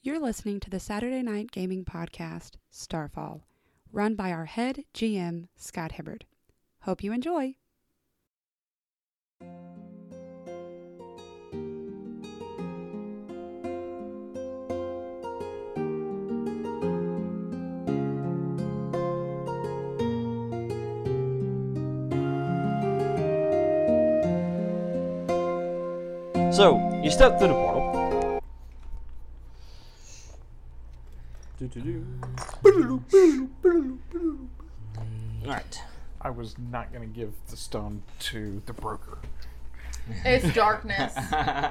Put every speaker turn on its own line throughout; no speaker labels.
You're listening to the Saturday Night Gaming Podcast, Starfall, run by our head GM, Scott Hibbard. Hope you enjoy.
So, you step through the portal. Alright.
I was not going to give the stone to the broker.
It's darkness.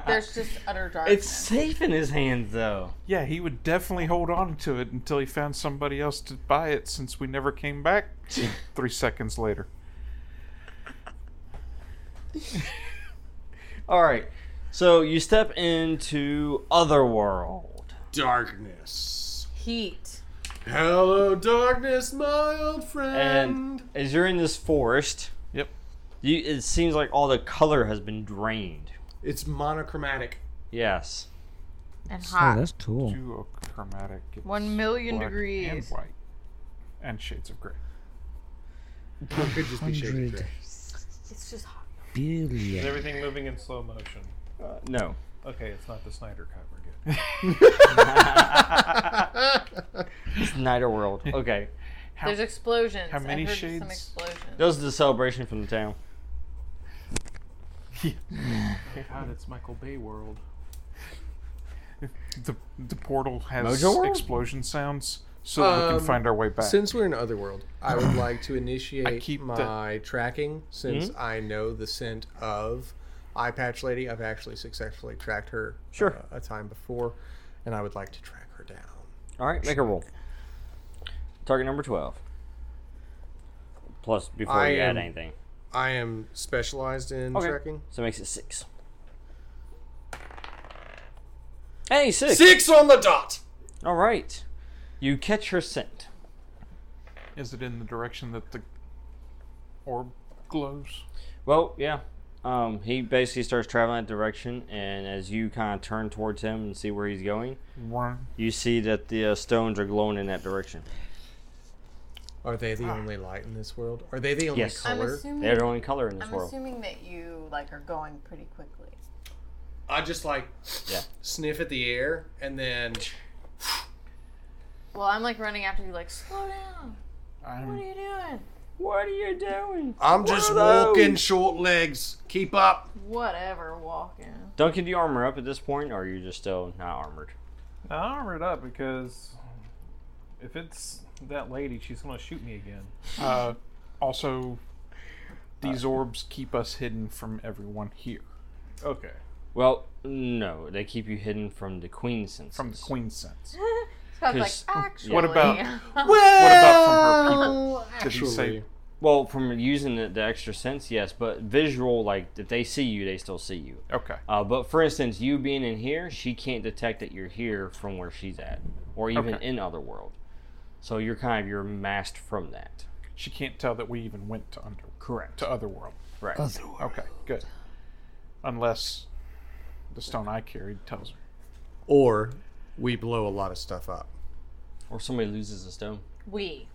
There's just utter darkness.
It's safe in his hand, though.
Yeah, he would definitely hold on to it until he found somebody else to buy it since we never came back three seconds later.
Alright. So, you step into Otherworld.
darkness.
Heat.
Hello, darkness, my old friend.
And as you're in this forest,
Yep.
you, it seems like all the color has been drained.
it's monochromatic.
Yes.
And
Oh,
hot.
that's cool.
Duochromatic. it's
One million
black And
degrees.
white. And shades of gray.
It could just be shaded.
Hundred
gray.
it's just hot.
Is
billion.
everything moving in slow motion?
Uh, no.
Okay, it's not the Snyder Cut. We're good.
Neither world. Okay.
How,
There's explosions.
how many
I heard Some
shades?
explosions.
Those are the celebration from the town.
God, it's Michael Bay world.
the, the portal has
Mojo world?
explosion sounds so that we
Um,
can find our way back.
Since we're in Otherworld, I would like to initiate
I keep the-
my tracking since
Hmm?
I know the scent of Eye Patch Lady. I've actually successfully tracked her
Sure.
uh, a time before, and I would like to track her down.
Alright, make a roll. Target number 12. Plus, before
I
you add
am-
anything.
I am specialized in
Okay.
tracking.
So it makes it six. Hey, six!
Six on the dot.
All right. You catch her scent.
Is it in the direction that the orb glows?
Well, yeah. Um, he basically starts traveling that direction, and as you kind of turn towards him and see where he's going,
Run.
you see that the uh, stones are glowing in that direction.
Are they the only light in this world? Are they the only
Ah. Yes.
I'm
color?
assuming.
They're the only color in this
I'm
world.
assuming that you like are going pretty quickly.
I just like
Yeah.
sniff at the air and then
Well, I'm like running after you, like slow down. What are
I'm,
you doing?
What are you doing?
I'm
just are those? walking,
short legs. Keep up.
Whatever, walking.
Duncan, do you armor up at this point, or are you just still not armored?
Now I armor it up because if it's that lady, she's gonna shoot me again.
uh, also,
Uh,
these orbs keep us hidden from everyone here.
Okay.
Well, no. They keep you hidden from the queen senses.
From the queen's sense.
Scott's like,
'Cause-
actually.
What about- What about from her people? Did he say
Actually,
Well, from using the, the extra sense, yes, but visual, like, if they see you, they still see you.
Okay.
Uh, but for instance, you being in here, she can't detect that you're here from where she's at, or even
Okay.
in other world. So you're kind of you're masked from that.
She can't tell that we even went to under
Correct.
to Otherworld.
Right.
Okay, good. Unless the stone I carried tells her.
or we blow a lot of stuff up.
Or somebody loses a stone.
we?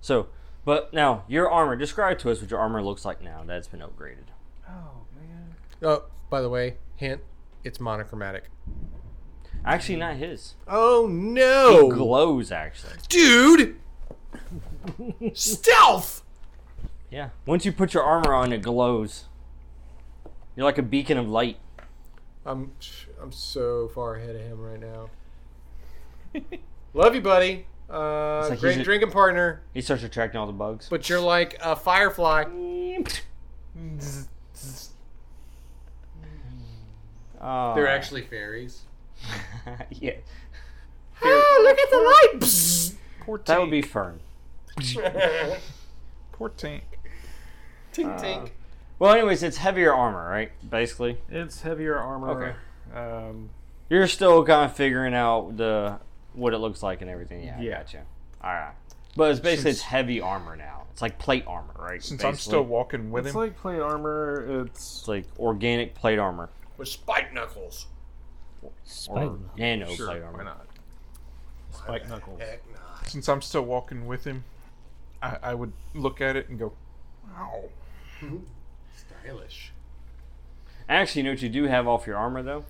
So, but now your armor. Describe to us what your armor looks like now that's been upgraded.
Oh man.
Oh, by the way, hint: it's monochromatic.
Actually, not his.
Oh no,
Glows actually.
dude! Stealth.
Yeah. Once you put your armor on, it glows. You're like a beacon of light.
I'm I'm so far ahead of him right now. Love you, buddy. Uh,
It's like
great
he's a-
drinking partner,
He starts attracting all the bugs.
but you're like a firefly.
Ah.
They're actually fairies.
yeah.
Oh, look at the light! Psst.
Poor
That would be fern.
poor tank.
tink tink.
Well, anyways, it's heavier armor, right? Basically,
It's heavier armor. Okay. Um,
you're still kind of figuring out the what it looks like and everything. Yeah, I
Yeah.
gotcha. All right, but it's basically it's
Since-
heavy armor now. It's like plate armor, right?
Since I'm
Basically.
still walking with
it's
him,
like plate armor. It's
it's like organic plate armor.
With spike knuckles.
or
Spike.
nano
sure,
plate armor.
why not?
Spike Knuckles.
Heck not.
Since I'm still walking with him, I, I would look at it and go, "Wow,
Stylish.
Actually, you know what you do have off your armor though,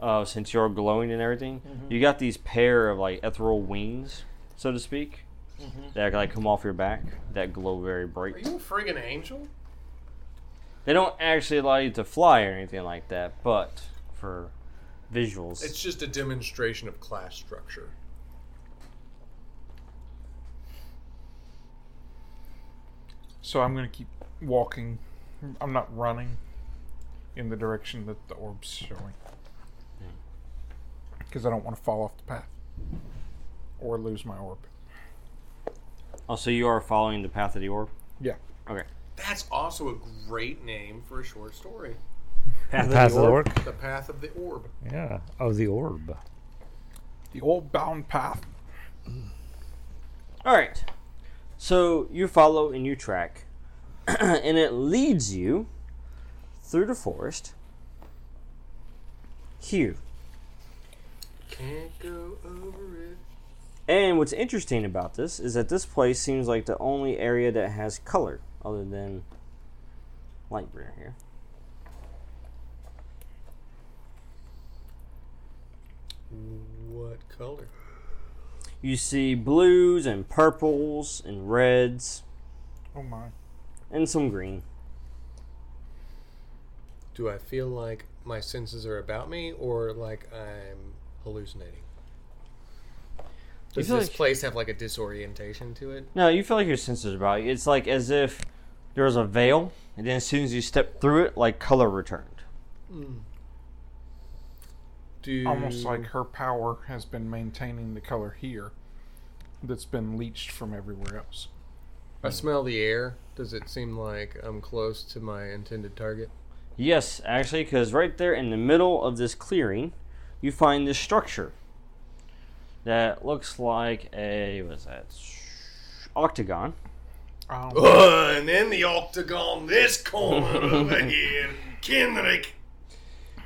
uh, since you're glowing and everything,
Mm-hmm.
you got these pair of like ethereal wings, so to speak, that like come off your back that glow very
Mm-hmm. Are
bright.
you a friggin' angel?
They don't actually allow you to fly or anything like that, but for visuals,
It's just a demonstration of class structure.
So I'm going to keep walking. I'm not running in the direction that the orb's showing. Because I don't want to fall off the path or lose my orb.
also Oh, you are following the path of the orb.
Yeah.
Okay.
That's also a great name for a short story.
Path,
Path of the orc?
The Path of the Orb.
Yeah. Oh, the orb.
The old bound path.
All right. So you follow and you track, and it leads you through the forest. Here.
Can't go over it.
And what's interesting about this is that this place seems like the only area that has color other than Lightbringer here.
What color?
You see blues and purples and reds
Oh my.
and some green.
Do I feel like my senses are about me or like I'm hallucinating? Does
feel
this
like-
place have like a disorientation to it?
No, you feel like your senses are about you. It's like as if there was a veil, and then as soon as you step through it, like color returned.
Do
Almost like her power has been maintaining the color here that's been leached from everywhere else.
I smell the air. Does it seem like I'm close to my intended target?
Yes, actually, because right there in the middle of this clearing, you find this structure that looks like a what's that octagon.
Um,
Uh, and in the octagon, this corner over here, Kenrick.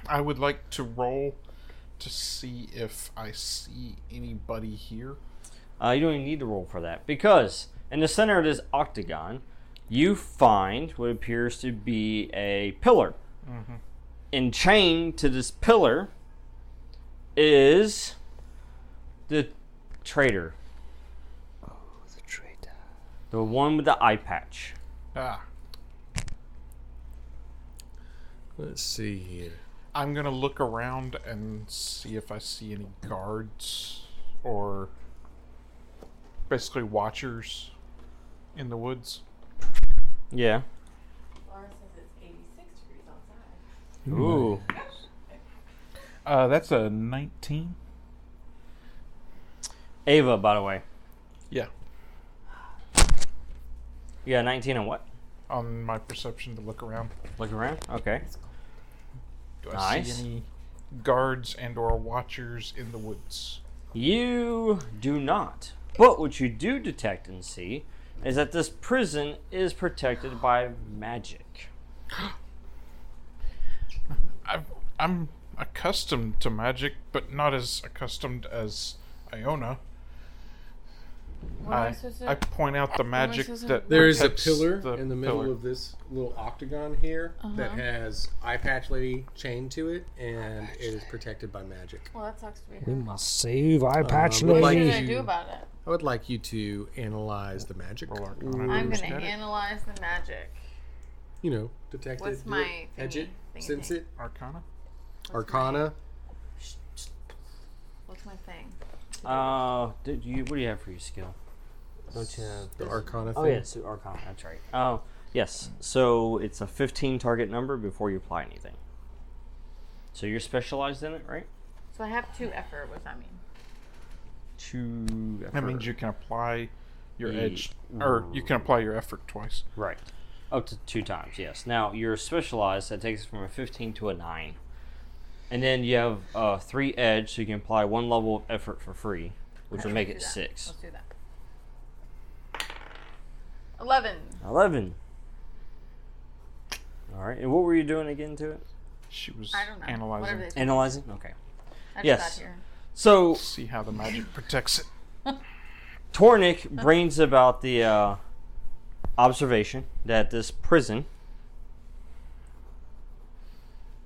I would like to roll to see if I see anybody here.
Uh, you don't even need to roll for that because in the center of this octagon, you find what appears to be a pillar. And chained to this pillar is the traitor,
Oh, The traitor.
the one with the eye patch.
Ah,
Let's see here.
I'm gonna look around and see if I see any guards or basically watchers in the woods.
Yeah.
Laura says it's 86 degrees outside.
Ooh.
Uh, that's a 19.
Ava, by the way.
Yeah,
Yeah, 19 and what?
on my perception to look around.
Look around. Okay.
Do I
Nice.
see any guards and or watchers in the woods?
You do not. But what you do detect and see is that this prison is protected by magic.
I've, I'm accustomed to magic, but not as accustomed as Iona.
What am I
I,
supposed to-
I point out the magic
supposed to-
that
There is a
protects
pillar in the middle
pillar.
of this little octagon here
Uh-huh.
that has eye patch lady chained to it, and it is protected by magic.
Well, that sucks to be
We
her.
must save Eye Patch
but
Lady.
What
like-
are you gonna
you-
do about it?
I would like you to analyze the magic.
Roll
Or,
Arcana to
I'm gonna
understand it.
analyze the magic.
you know, detect
What's
it, do
my
it, hedge
thingy-
it,
thingy
sense
thing?
it,
Arcana.
arcana.
What's my thing?
Uh, did you, what do you have for your skill? Don't you have?
The arcana thing.
Oh yes, yeah, Arcana. That's right. Oh yes. So it's a 15 target number before you apply anything. So you're specialized in it, right?
So I have two effort. What's that mean?
Two.
That means you can apply your
Ye-
edge, or you can apply your effort twice.
Right. Up to two times, yes. Now you're specialized. That takes it from a 15 to a 9. And then you have uh, three edge, so you can apply one level of effort for free, which would make it
Let's do that.
six.
Let's do that. Eleven.
11. All right. And what were you doing again to it?
She was
I don't know.
analyzing.
Whatever they
Analyzing? Okay.
I just
Yes.
got here.
So
See how the magic protects it.
Tornik brings about the uh, observation that this prison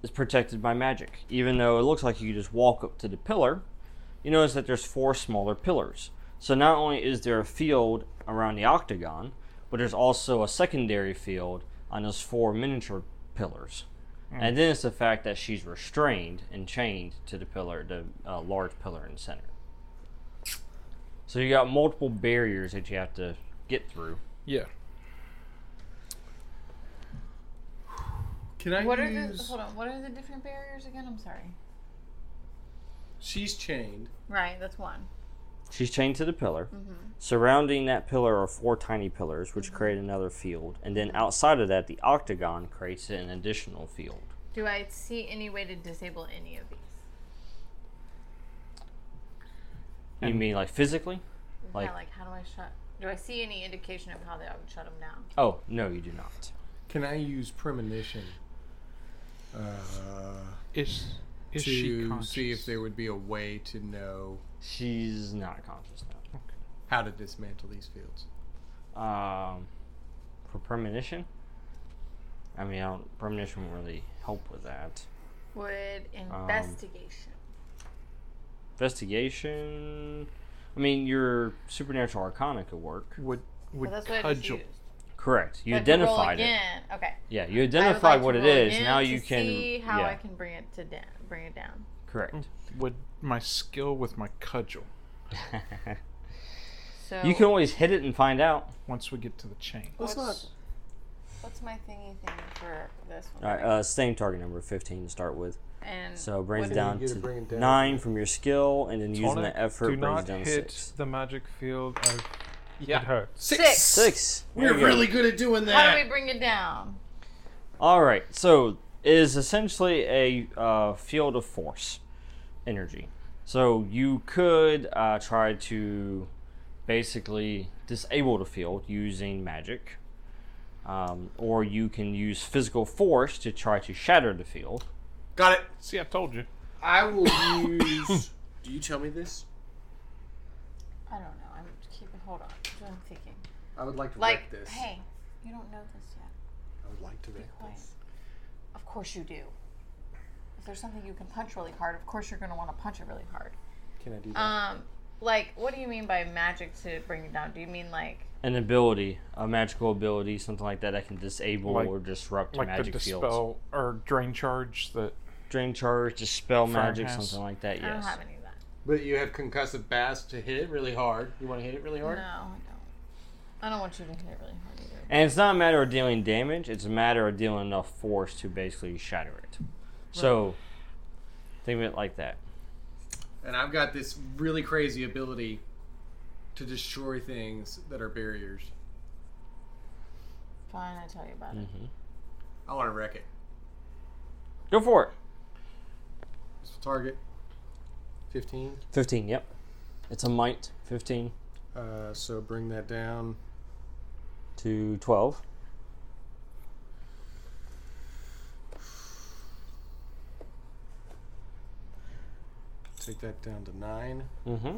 is protected by magic. Even though it looks like you could just walk up to the pillar, you notice that there's four smaller pillars. So not only is there a field around the octagon, but there's also a secondary field on those four miniature pillars. And then it's the fact that she's restrained and chained to the pillar, the uh, large pillar in the center. So you got multiple barriers that you have to get through.
Yeah.
Can I
What are the
use?
hold on? What are the different barriers again? I'm sorry.
She's chained.
Right, that's one.
She's chained to the pillar.
Mm-hmm.
Surrounding that pillar are four tiny pillars, which create another field. And then outside of that, the octagon creates an additional field.
Do I see any way to disable any of these?
You mean like physically? Like-
yeah, like how do I shut? Do I see any indication of how they would shut them down?
Oh, no, you do not.
Can I use premonition? Uh,
Is
to
is she conscious?
see if there would be a way to know
She's not conscious now.
how to dismantle these fields.
Um, for premonition? I mean, I don't, premonition won't really help with that.
Would investigation?
Investigation. I mean, your supernatural arcana could work.
would would
well, that's what I just
cudgel?
used.
Correct. You
I have to roll
identified it.
again. Okay.
Yeah, you
I would
identified
like to
what it
roll
is.
again
Now you
to
can.
see how
yeah,
I can bring it to down. Bring it down.
correct.
Would my skill with my cudgel
So
You can always hit it and find out.
once we get to the chain?
Let's
What's-
not.
What's my thingy thing for this one?
All right, uh, same target number, 15 to start with.
and
So it brings
what
it
is-
down
You get
to
to bring it down.
nine from your skill, and then using
Tonic,
the effort
do
brings
not
it down to
hit
six.
the magic field of
Yeah.
at her.
six.
Six.
We're
There you go.
really good at doing
How
that.
do we bring it down?
All right, so it is essentially a uh, field of force energy. So you could uh, try to basically disable the field using magic, um, or you can use physical force to try to shatter the field.
Got it.
See, I told you.
I will use. do you tell me this?
I don't know. I'm keeping hold on. That's what I'm thinking.
I would like to
Like,
wreck this.
hey, you don't know this yet.
I would like to wreck
Quiet.
this.
Of course you do. If there's something you can punch really hard, of course you're going to want to punch it really hard.
Can I do that?
Um, like, what do you mean by magic to bring it down? Do you mean like
An ability, a magical ability, something like that, that can disable
Like-
or disrupt
Like
magic
the dispel
fields.
or drain charge that
Drain charge, dispel
Fire
magic,
pass.
something like that.
I don't
Yes.
have any of that.
but you have concussive bass to hit it really hard. You want to hit it really
No, I
hard?
don't. I don't want you to hit it really hard either.
And it's not a matter of dealing damage, it's a matter of dealing enough force to basically shatter it. So, think of it like that.
And I've got this really crazy ability to destroy things that are barriers.
Fine, I tell you about it.
I want to wreck it.
Go for it.
This will target. 15.
15, yep. It's a might, 15
Uh, so bring that down.
to 12.
Take that down to 9.
Mm-hmm.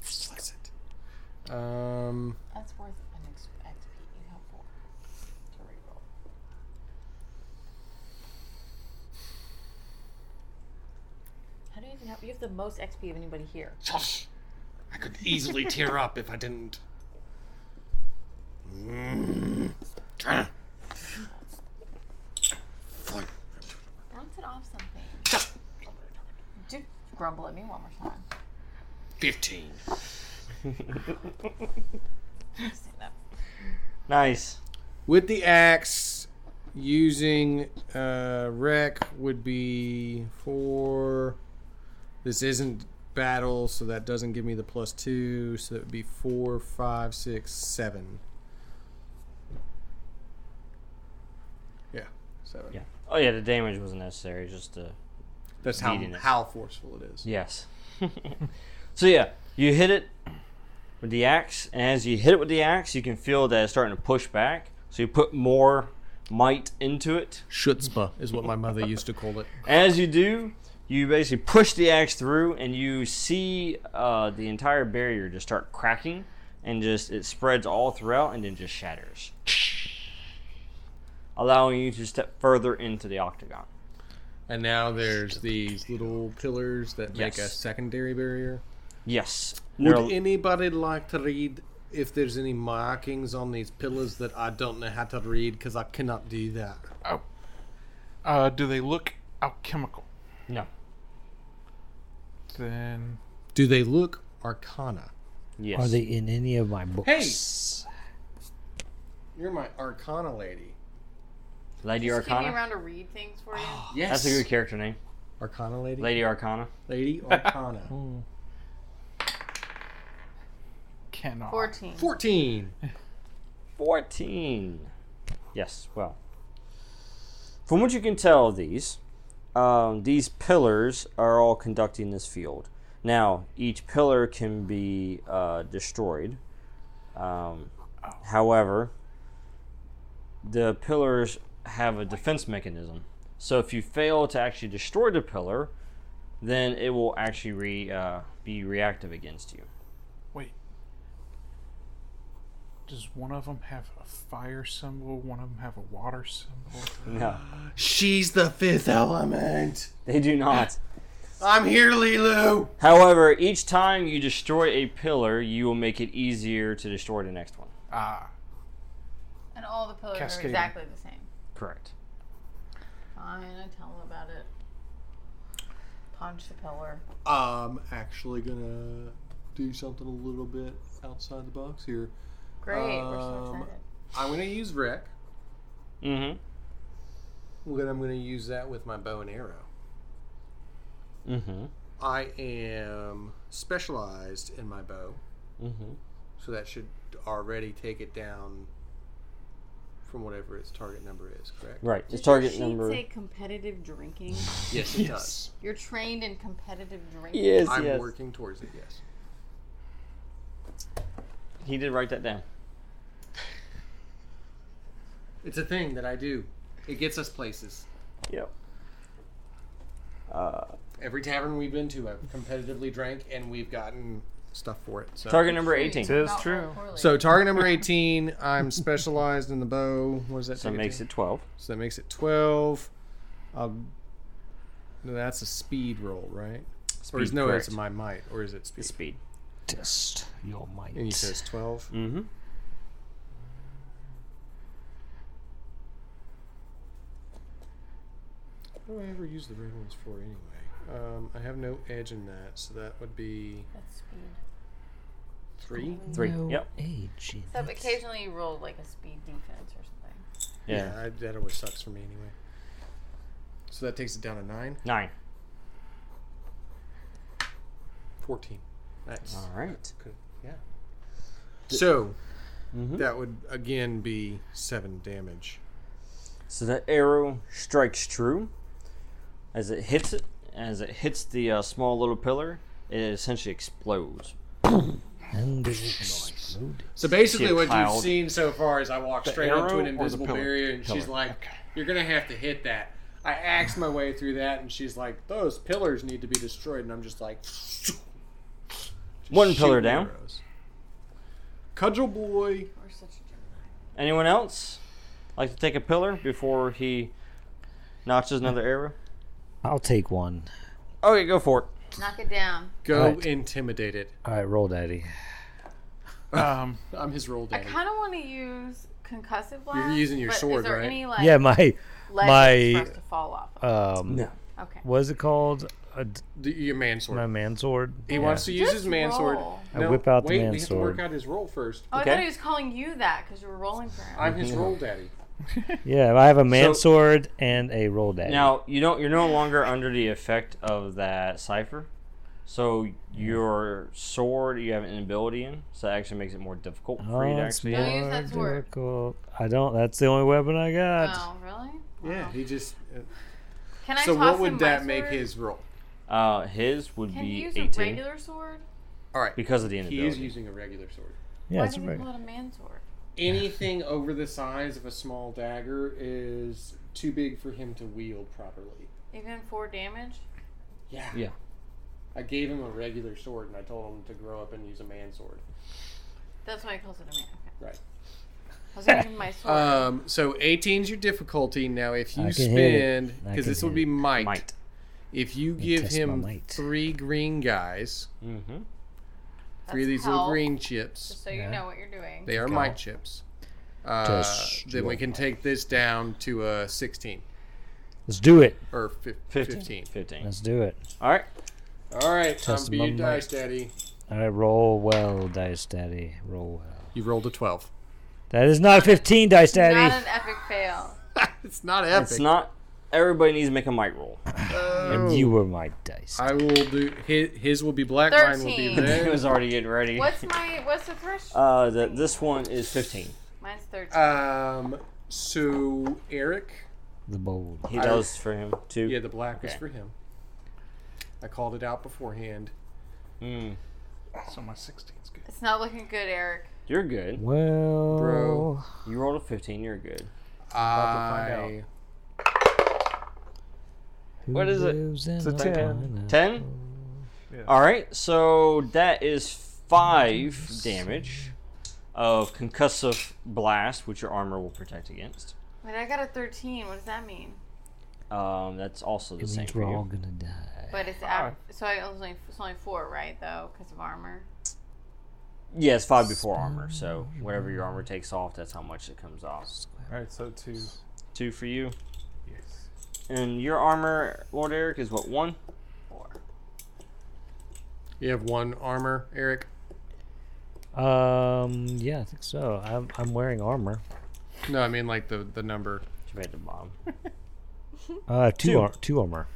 Slice it. Um,
That's worth an ex- XP. You have four to reroll. How do you even have? You have the most XP of anybody here.
I could easily tear up if I didn't.
Bounce it off something. Do grumble at me one more time.
15.
Stand up.
Nice.
With the axe, using uh, wreck would be four. This isn't battle, so that doesn't give me the plus two. So that would be four, five, six, seven. Yeah, seven.
Yeah. Oh, yeah, the damage wasn't necessary, it's just the.
That's how
Beating it.
how forceful it is.
Yes. so yeah, you hit it with the axe, and as you hit it with the axe, you can feel that it's starting to push back. So you put more might into it.
Schutzpah is what my mother used to call it.
As you do, you basically push the axe through, and you see uh, the entire barrier just start cracking, and just it spreads all throughout, and then just shatters, allowing you to step further into the octagon.
And now there's these little pillars that make a
Yes.
secondary barrier.
Yes.
Would
They're-
anybody like to read if there's any markings on these pillars that I don't know how to read because I cannot do that?
Oh. Uh, do they look alchemical?
no.
Then
Do they look arcana?
Yes.
Are they in any of my books?
You're my arcana lady.
Lady
Just keep me
Arcana?
around to read things for you.
Yes.
That's a good character name.
Arcana lady?
Lady Arcana.
Lady arcana.
cannot.
Fourteen.
14.
14. Yes, well. From what you can tell of these, um, these pillars are all conducting this field. Now, each pillar can be uh, destroyed. Um, however, the pillars have a defense mechanism. So if you fail to actually destroy the pillar, then it will actually re, uh, be reactive against you.
Wait. Does one of them have a fire symbol? One of them have a water symbol?
No,
She's the fifth element.
they do not.
I'm here, Lilu.
However, each time you destroy a pillar, you will make it easier to destroy the next one.
Ah,
And all the pillars
Cascading.
are exactly the same.
Correct.
Fine, I tell them about it. Punch the pillar.
I'm actually gonna do something a little bit outside the box here.
Great, we're so
Um,
excited.
I'm gonna use wreck.
Mm-hmm.
Then I'm gonna use that with my bow and arrow.
Mm-hmm.
I am specialized in my bow,
Mm-hmm.
so that should already take it down from whatever its target number is. Correct?
Right. Its
Does
target
your sheet
number.
say competitive drinking?
Yes, it does.
You're trained in competitive drinking.
Yes,
I'm
yes.
working towards it. Yes.
He did write that down.
It's a thing that I do. It gets us places.
Yep.
Every tavern we've been to, I've competitively drank, and we've gotten stuff for it. So.
Target number 18.
Tis
Not
true.
roll poorly.
So target number eighteen. I'm specialized in the bow. What does that?
So it
take
makes
to?
it 12.
So that makes it twelve. Um, no, that's a speed roll, right? or is
Speed,
no?
correct.
It's my might, or is it speed?
Speed.
Test your might.
And you said it's twelve.
Mm-hmm.
What do I ever use the red ones for anyway? Um, I have no edge in that, so that would be
That's speed.
three.
Three. Yep.
Age in
Except
it.
occasionally you roll like a speed defense or something.
Yeah.
I, that always sucks for me anyway. So that takes it down to nine.
Nine.
14. That's
All right.
good. Yeah. So
Mhm.
that would again be seven damage.
So that arrow strikes true. As it hits it, as it hits the uh, small little pillar, it essentially explodes.
And it exploded.
So basically,
Shit
what
piled.
you've seen so far is I walked straight up to
arrow or
an
the
invisible
pillar?
barrier, and she's
Pillar.
like, "You're gonna have to hit that." I axed my way through that, and she's like, "Those pillars need to be destroyed," and I'm just like, just
One pillar
shooting
down.
arrows. Cudgel boy.
We're such a Gemini.
Anyone else like to take a pillar before he notches another arrow?
I'll take one.
Okay, go for it.
Knock it down.
Go
Alright.
intimidate it.
All right, roll, Daddy.
um,
I'm his roll
I
daddy.
kind of want to use concussive blast.
using your
but
sword,
is there
right?
Any, like,
yeah, my
ledges
my-
for us to fall off. Of?
um,
okay.
what is it called? A, d-
D- Your man sword.
my man sword.
He wants to use his
Just
man sword.
roll.
I whip out the
wait,
man
we have to
sword.
work out his roll first.
Oh, I
Okay.
thought he was calling you that because you were rolling for him.
I'm his roll daddy.
Yeah, I have a man
So-
sword and a roll, Daddy.
Now you don't. You're no longer under the effect of that cipher, so your sword you have an ability in, so that actually makes it more difficult for you
Oh,
to
it's
actually.
Don't use
more
that sword.
difficult. I don't. That's the only weapon I got.
oh, really?
Yeah, he just. uh,
Can I
so
toss
what would
him
that
my
make
sword?
his roll?
Uh, his would
Can he
be
use a
18
regular sword?
All right.
because of the
He is
inability.
using a regular sword.
Yeah,
Why
it's
did he
right.
pull out a man sword?
anything over the size of a small dagger is too big for him to wield properly.
Even four damage?
Yeah.
Yeah.
I gave him a regular sword and I told him to grow up and use a man sword.
That's why he calls it a man. Okay.
Right.
I was gonna give him my sword.
Um, so 18 is your difficulty. Now, if
I
you
can hit
spend,
I
because
can
this would
hit
be
it.
might,
Might.
if you give
test my
him
might.
three green guys,
Mm-hmm.
three
That's
of these little
health,
green chips,
Just so you
Yeah.
know what you're doing.
they are
Go.
might chips, uh, then we
strong.
can take this down to a 16
Let's do it.
or fif-
15.
15.
15.
Let's do it.
All right.
All right,
Test
I'm
my
being
might.
dice daddy.
All right, roll well, dice daddy. Roll well.
You rolled a 12.
That is not a 15, dice
Not
daddy.
an epic fail.
it's not epic.
It's not. Everybody needs to make a mic roll.
And you were my dice.
Oh. I will do his, his will be black, mine will be
13.
It
red.
was already getting ready.
What's my what's the threshold?
Uh, the, this one is 15.
Mine's thirteen.
Um, so Eric,
The bold.
He does for him too.
yeah, the black was
Okay.
for him. I called it out beforehand.
Mm.
So my 16's good.
it's not looking good, Eric.
You're good.
Well,
Bro.
You rolled a 15. You're good.
I
who
What is it?
lives in
It's a 10.
pineapple?
10.
Yeah.
All right. So that is five damage of concussive blast, which your armor will protect against.
Wait, I got a thirteen. What does that mean?
Um, that's also the
It
same
means
for
we're all
you.
gonna die.
But it's av- so I only it's only four, right? Though, because of armor.
Yeah, it's five before armor. So whatever your armor takes off, that's how much it comes off.
All right, so two.
Two for you.
Yes.
And your armor, Lord Eric, is what one?
Four.
you have one armor, Eric.
Um, yeah, I think so. I'm, I'm wearing armor.
No, I mean like the the number.
Should be at the bottom.
Uh, two,
Two.
Ar- two armor.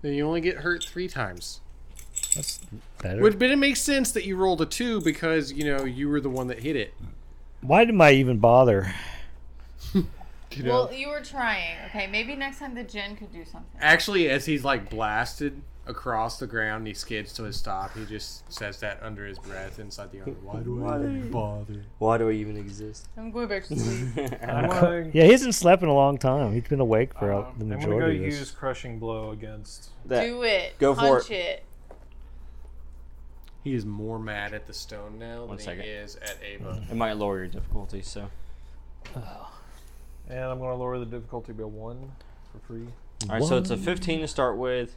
Then you only get hurt three times.
That's better.
Would but it makes sense that you rolled a two because you know you were the one that hit it.
Why did I even bother?
You know,
Well, you were trying. Okay, maybe next time the gin could do something.
actually, as he's like blasted across the ground, he skids to a stop. He just says that under his breath inside the armor. Why do I even bother?
Why do I even exist?
I'm going back to sleep.
I'm gonna,
uh, Yeah, he hasn't slept in a long time. He's been awake for uh,
um,
the
I'm gonna go
majority of this.
use crushing blow against.
that
do it.
Go for
Punch it.
He is more mad at the stone now than
second.
he is at
Mm.
Ava.
it might lower your difficulty. So
And I'm gonna lower the difficulty by one for free.
all right, so it's a 15 to start with.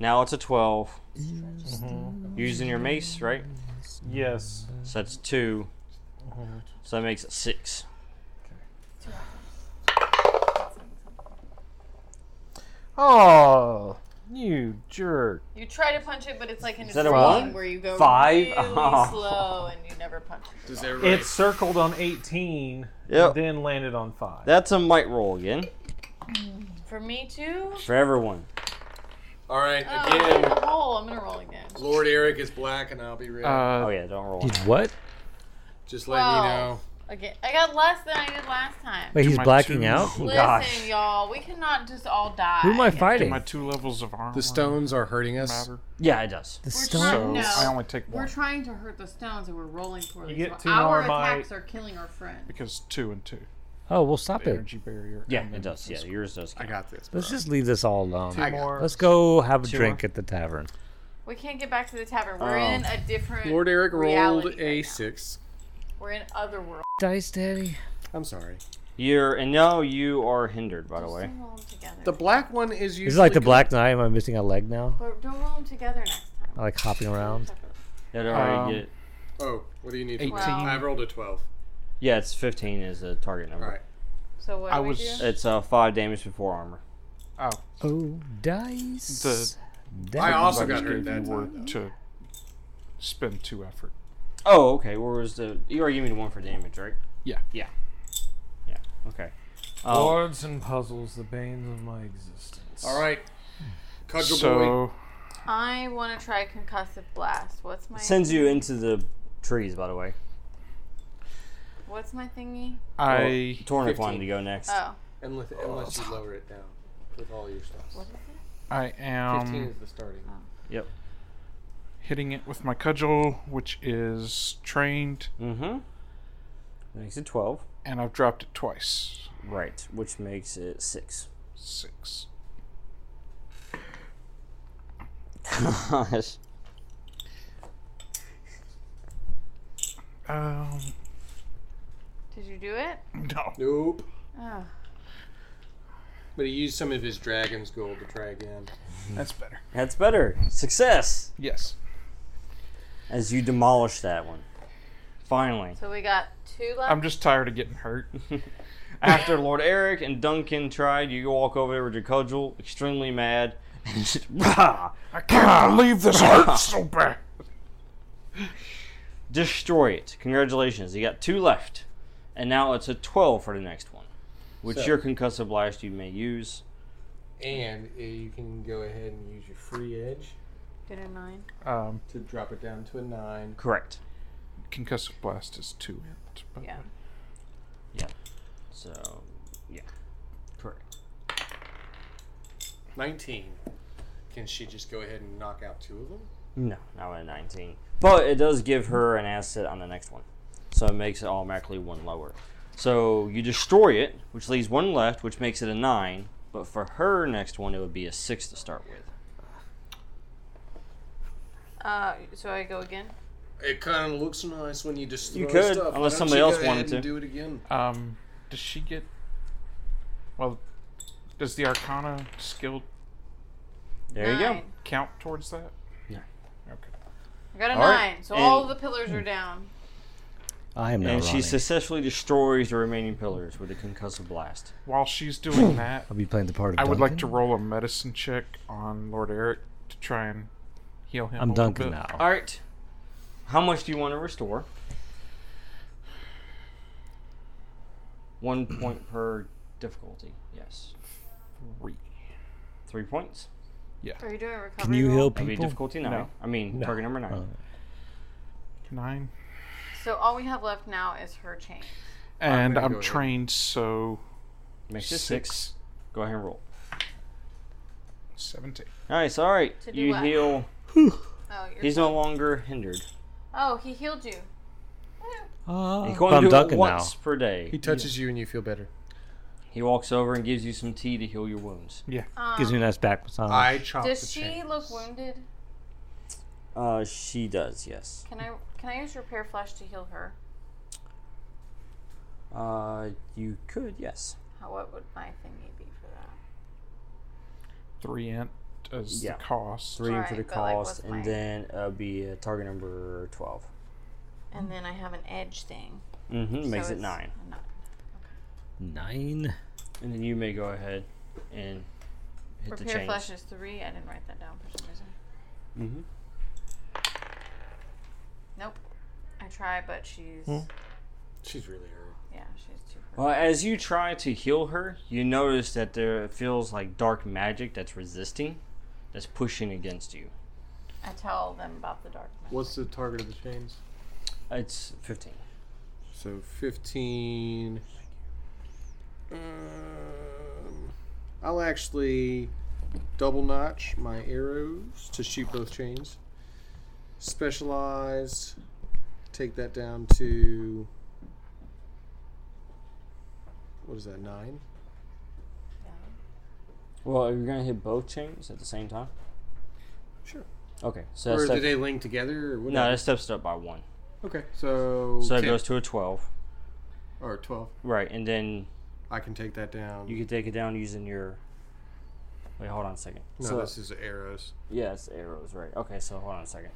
Now it's a 12. You're using your mace, right?
Yes.
So that's two. So that makes it six.
Oh, you jerk!
You try to punch it, but it's like in a
Is that a
scene
one?
where you go
Five?
really
Oh.
slow and you never punch it.
Does everybody?
It circled on 18,
Yep.
and then landed on five.
That's a might roll again
For me too.
for everyone.
All right,
Oh,
again.
I'm gonna roll. I'm gonna roll again.
Lord Eric is black and I'll be red.
Uh,
Oh yeah, don't roll.
Did what?
Just letting you know.
Wow. Again, I got less than I did last time.
Wait, he's
my
blacking
two-
out?
Oh,
Listen,
gosh.
y'all, we cannot just all die.
Who am I
Do
fighting?
my two levels of armor
The stones are hurting us.
matter?
Yeah, it does.
The
We're
stone.
So
trying, no,
I only take
we're
one
trying to hurt the stones, and we're rolling poorly.
You get
so
two
our
more by-
attacks are killing our friend.
because two and two.
Oh, well, stop it.
Energy barrier.
Yeah,
and
it
then
does. Yeah,
physical.
yours does.
I
Count.
got this. Bro.
Let's just leave this all alone.
I got
More.
Let's go have a
Two
drink at the tavern.
We can't get back to the tavern. We're
Oh.
in a different.
Lord Eric rolled
reality right
a
now.
six.
We're in other world.
Dice Daddy.
I'm sorry.
You're and now you are hindered. By the
Just
way,
don't roll them together.
The black one is usually.
Is it like the
good.
Black Knight? Am I missing a leg now?
But don't roll them together next time.
I like hopping around.
that already
Um,
get.
Oh, what do you need? from me?
Well-
I rolled a twelve.
Yeah, it's 15 is the target number.
All right.
So what
I
do we
was-
do?
It's uh, five damage before armor.
Oh,
Oh, dice.
The-
I
Daddy.
also
I
got
just
hurt
gave you
that
word
time.
to spend two effort.
Oh, okay. Where was the? You already gave me the one for damage, right?
Yeah.
Yeah. Yeah. Okay. Um,
Oh.
Boards and puzzles, the banes of my existence.
All right. Cudgel boy.
So
I want to try concussive blast. What's my
sends you into the trees. By the way,
What's my thingy?
I
Tornik wanted
15.
to go next.
Oh,
Unless, unless you lower it down with all your stuff.
what is it?
I
Fifteen
am
is the starting.
Yep.
hitting it with my cudgel, which is trained.
Mm-hmm. That makes it 12.
and I've dropped it twice.
Right, which makes it 6.
Six.
Gosh.
Um,
Did you do it?
no.
Nope.
Oh.
But he used some of his dragon's gold to try again.
That's better.
That's better. Success!
Yes.
As you demolish that one. Finally.
So we got two left.
I'm just tired of getting hurt.
After Lord Eric and Duncan tried, you walk over there with your cudgel, extremely mad. and just, rah,
I can't believe this hurts so bad.
destroy it. Congratulations, you got two left. And now it's a 12 for the next one, which
So-
your concussive blast you may use.
And uh, you can go ahead and use your free edge
Get a nine.
Um,
to drop it down to a nine.
Correct.
concussive blast is two int. But
Yeah.
So, yeah. Correct.
Nineteen. Can she just go ahead and knock out two of them?
No, not with a 19. But it does give her an asset on the next one. So it makes it automatically one lower. So you destroy it, which leaves one left, which makes it a 9. But for her next one, it would be a 6 to start with.
Uh, so I go again.
It kind of looks nice when you just
You
throw
could,
stuff. Why
unless
don't
somebody
you
else
go ahead
wanted
and
to.
do it again.
Um, does she get? Well, does the Arcana skill
There you go.
Nine.
count towards that?
No.
Okay.
I got a
All right.
nine. So all
And-
the pillars are down.
I am not
And she
running.
successfully destroys the remaining pillars with a concussive blast.
While she's doing that,
I'll be playing the part of
I would like to
Duncan.
roll a medicine check on Lord Eric to try and heal him.
I'm
a little
Duncan
bit.
now.
All right. How much do you want to restore? One point per difficulty. Yes.
Three.
Three points.
Are you doing a recovery?
Can you
roll?
heal
That'd be
people?
difficulty nine.
No.
I mean,
No.
target number nine.
Oh.
Nine.
So all we have left now is her chain.
And
gonna
I'm,
go ahead.
trained, so
Makes it six.
six,
Go ahead and roll.
seventeen.
Nice. All right.
To do
You
what?
heal.
Oh, you're
He's no longer hindered.
Oh, he healed you.
Ah,
He's
but
going
I'm
to do it
Duncan
once per day.
He touches you and you feel better.
He walks over and gives you some tea to heal your wounds.
now. Gives me a nice back massage.
I chop the
Does she
chain.
look wounded?
Uh, she does. Yes.
Can I can I use repair flesh to heal her?
Uh, you could. Yes.
How what would my thingy be for that?
Three int is
Yeah.
the cost.
Three
Right,
for the
but, like, what's
cost,
my-
and then uh, be uh, target number twelve.
And then I have an edge thing.
Mm-hmm.
so
Makes it
it's
nine.
a nine.
Nine.
And then you may go ahead and hit the
Repair
chains.
flesh is three. I didn't write that down for some reason.
Mhm.
Nope. I try, but she's
She's really hurt.
yeah, she's too. hurt.
Well, as you try to heal her, you notice that there feels like dark magic that's resisting, that's pushing against you.
I tell them about the dark. magic.
What's the target of the chains?
It's 15.
So fifteen. Um, I'll actually double notch my arrows to shoot both chains. Specialized. Take that down to. What is that? Nine.
Well, are you going to hit both chains at the same time?
Sure.
Okay. So
Or
that
do
steps,
they link together? Or what?
no, that steps it up by one.
Okay. So.
So that
10
goes to a 12.
or twelve.
Right. And then
I can take that down.
you can take it down using your. Wait, hold on a second.
no,
so,
this is arrows.
yeah, it's arrows, right. Okay, so hold on a second.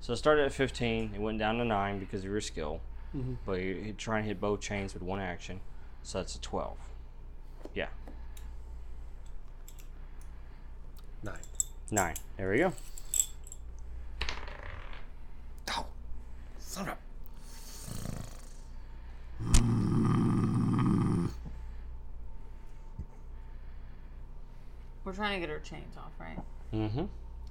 So it started at 15. It went down to 9 because of your skill.
Mhm.
But you're you're trying to hit both chains with one action. So that's a 12.
Nine.
9. There we go.
Oh, son of a-
We're trying to get her chains off, right?
Mm hmm.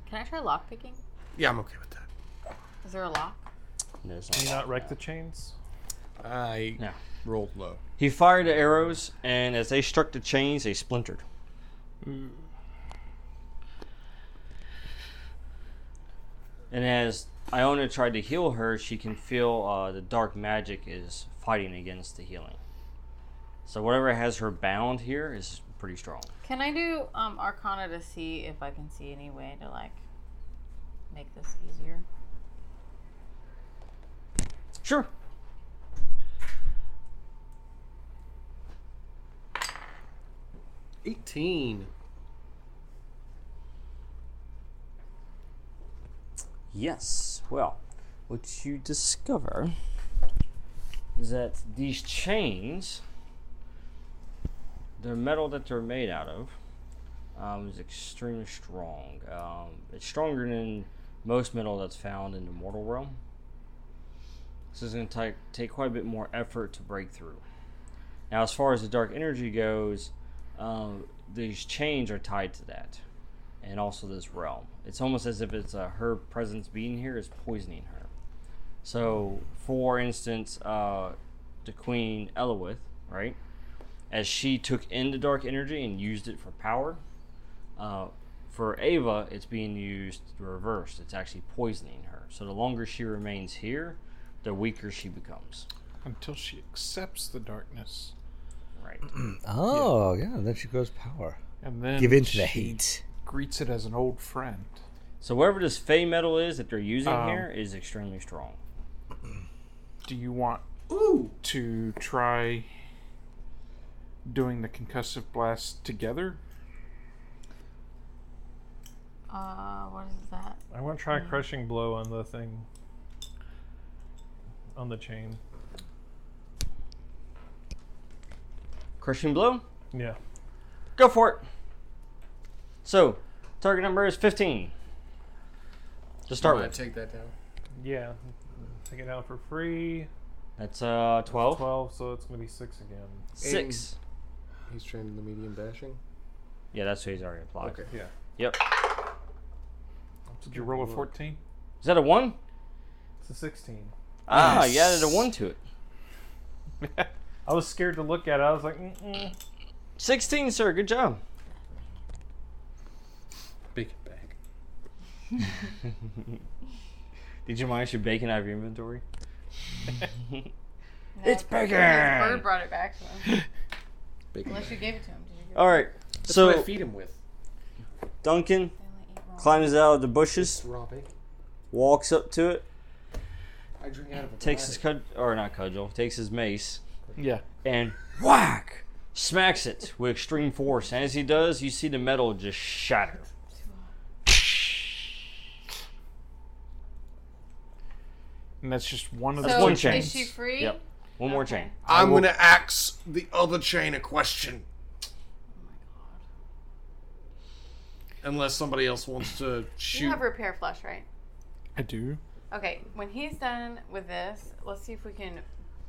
Can I try lock picking?
Yeah, I'm okay with that.
Is there a lock?
There's
Can you
no
not wreck the chains?
I
No.
rolled low.
He fired the arrows, and as they struck the chains, they splintered. And as Iona tried to heal her, she can feel uh, the dark magic is fighting against the healing. So whatever has her bound here is pretty strong.
Can I do um, Arcana to see if I can see any way to like make this easier?
Sure.
Eighteen.
Yes. Well, what you discover is that these chains, the metal that they're made out of, um, is extremely strong. Um, it's stronger than most metal that's found in the mortal realm. So it's going to take take quite a bit more effort to break through. Now, as far as the dark energy goes, um, these chains are tied to that and also this realm. It's almost as if it's uh, her presence being here is poisoning her. So, for instance, uh, the Queen Elowith, right? As she took in the dark energy and used it for power, uh, for Ava, it's being used reversed. It's actually poisoning her. So, the longer she remains here, the weaker she becomes.
until she accepts the darkness,
Right.
Oh, yeah. Then she grows power.
and then
Give in to the
she
heat.
Greets it as an old friend.
So, whatever this Fey metal is that they're using
Um,
here is extremely strong.
Do you want to try doing the concussive blast together?
Uh, what is that?
I want to try a crushing blow on the thing. On the chain.
Crushing blow?
Yeah.
Go for it. So, target number is 15. To start
Might
with.
take that down.
Yeah. Take it out for free.
That's uh, 12.
12, so it's going to be 6 again.
6.
He's trained in the medium bashing.
Yeah, that's what he's already applied.
Okay.
Yeah.
Yep.
Did you roll a 14?
Is that a 1?
It's a 16.
Ah, you added a 1 to it.
I was scared to look at it. I was like, mm-mm.
16, sir. Good job.
Big back.
Did you mind your bacon out of your inventory?
No,
It's bacon!
because Bird brought it back to him.
Big.
Unless you gave it to him. Did you give
All right.
That's what I
so,
feed him with.
Duncan
it to him? They only eat raw.
climbs out of the bushes,
Raw bacon.
walks up to it,
I drink out of it.
takes his cud or not cudgel, takes his mace,
Yeah.
and whack smacks it with extreme force. And as he does, you see the metal just shatter.
And that's just one of
So
the
one
is
chain.
she free?
Yep. One more
Okay.
chain.
I'm gonna axe the other chain a question.
Oh my god.
Unless somebody else wants to
You
shoot.
have repair flush, right?
I do.
Okay, when he's done with this, let's see if we can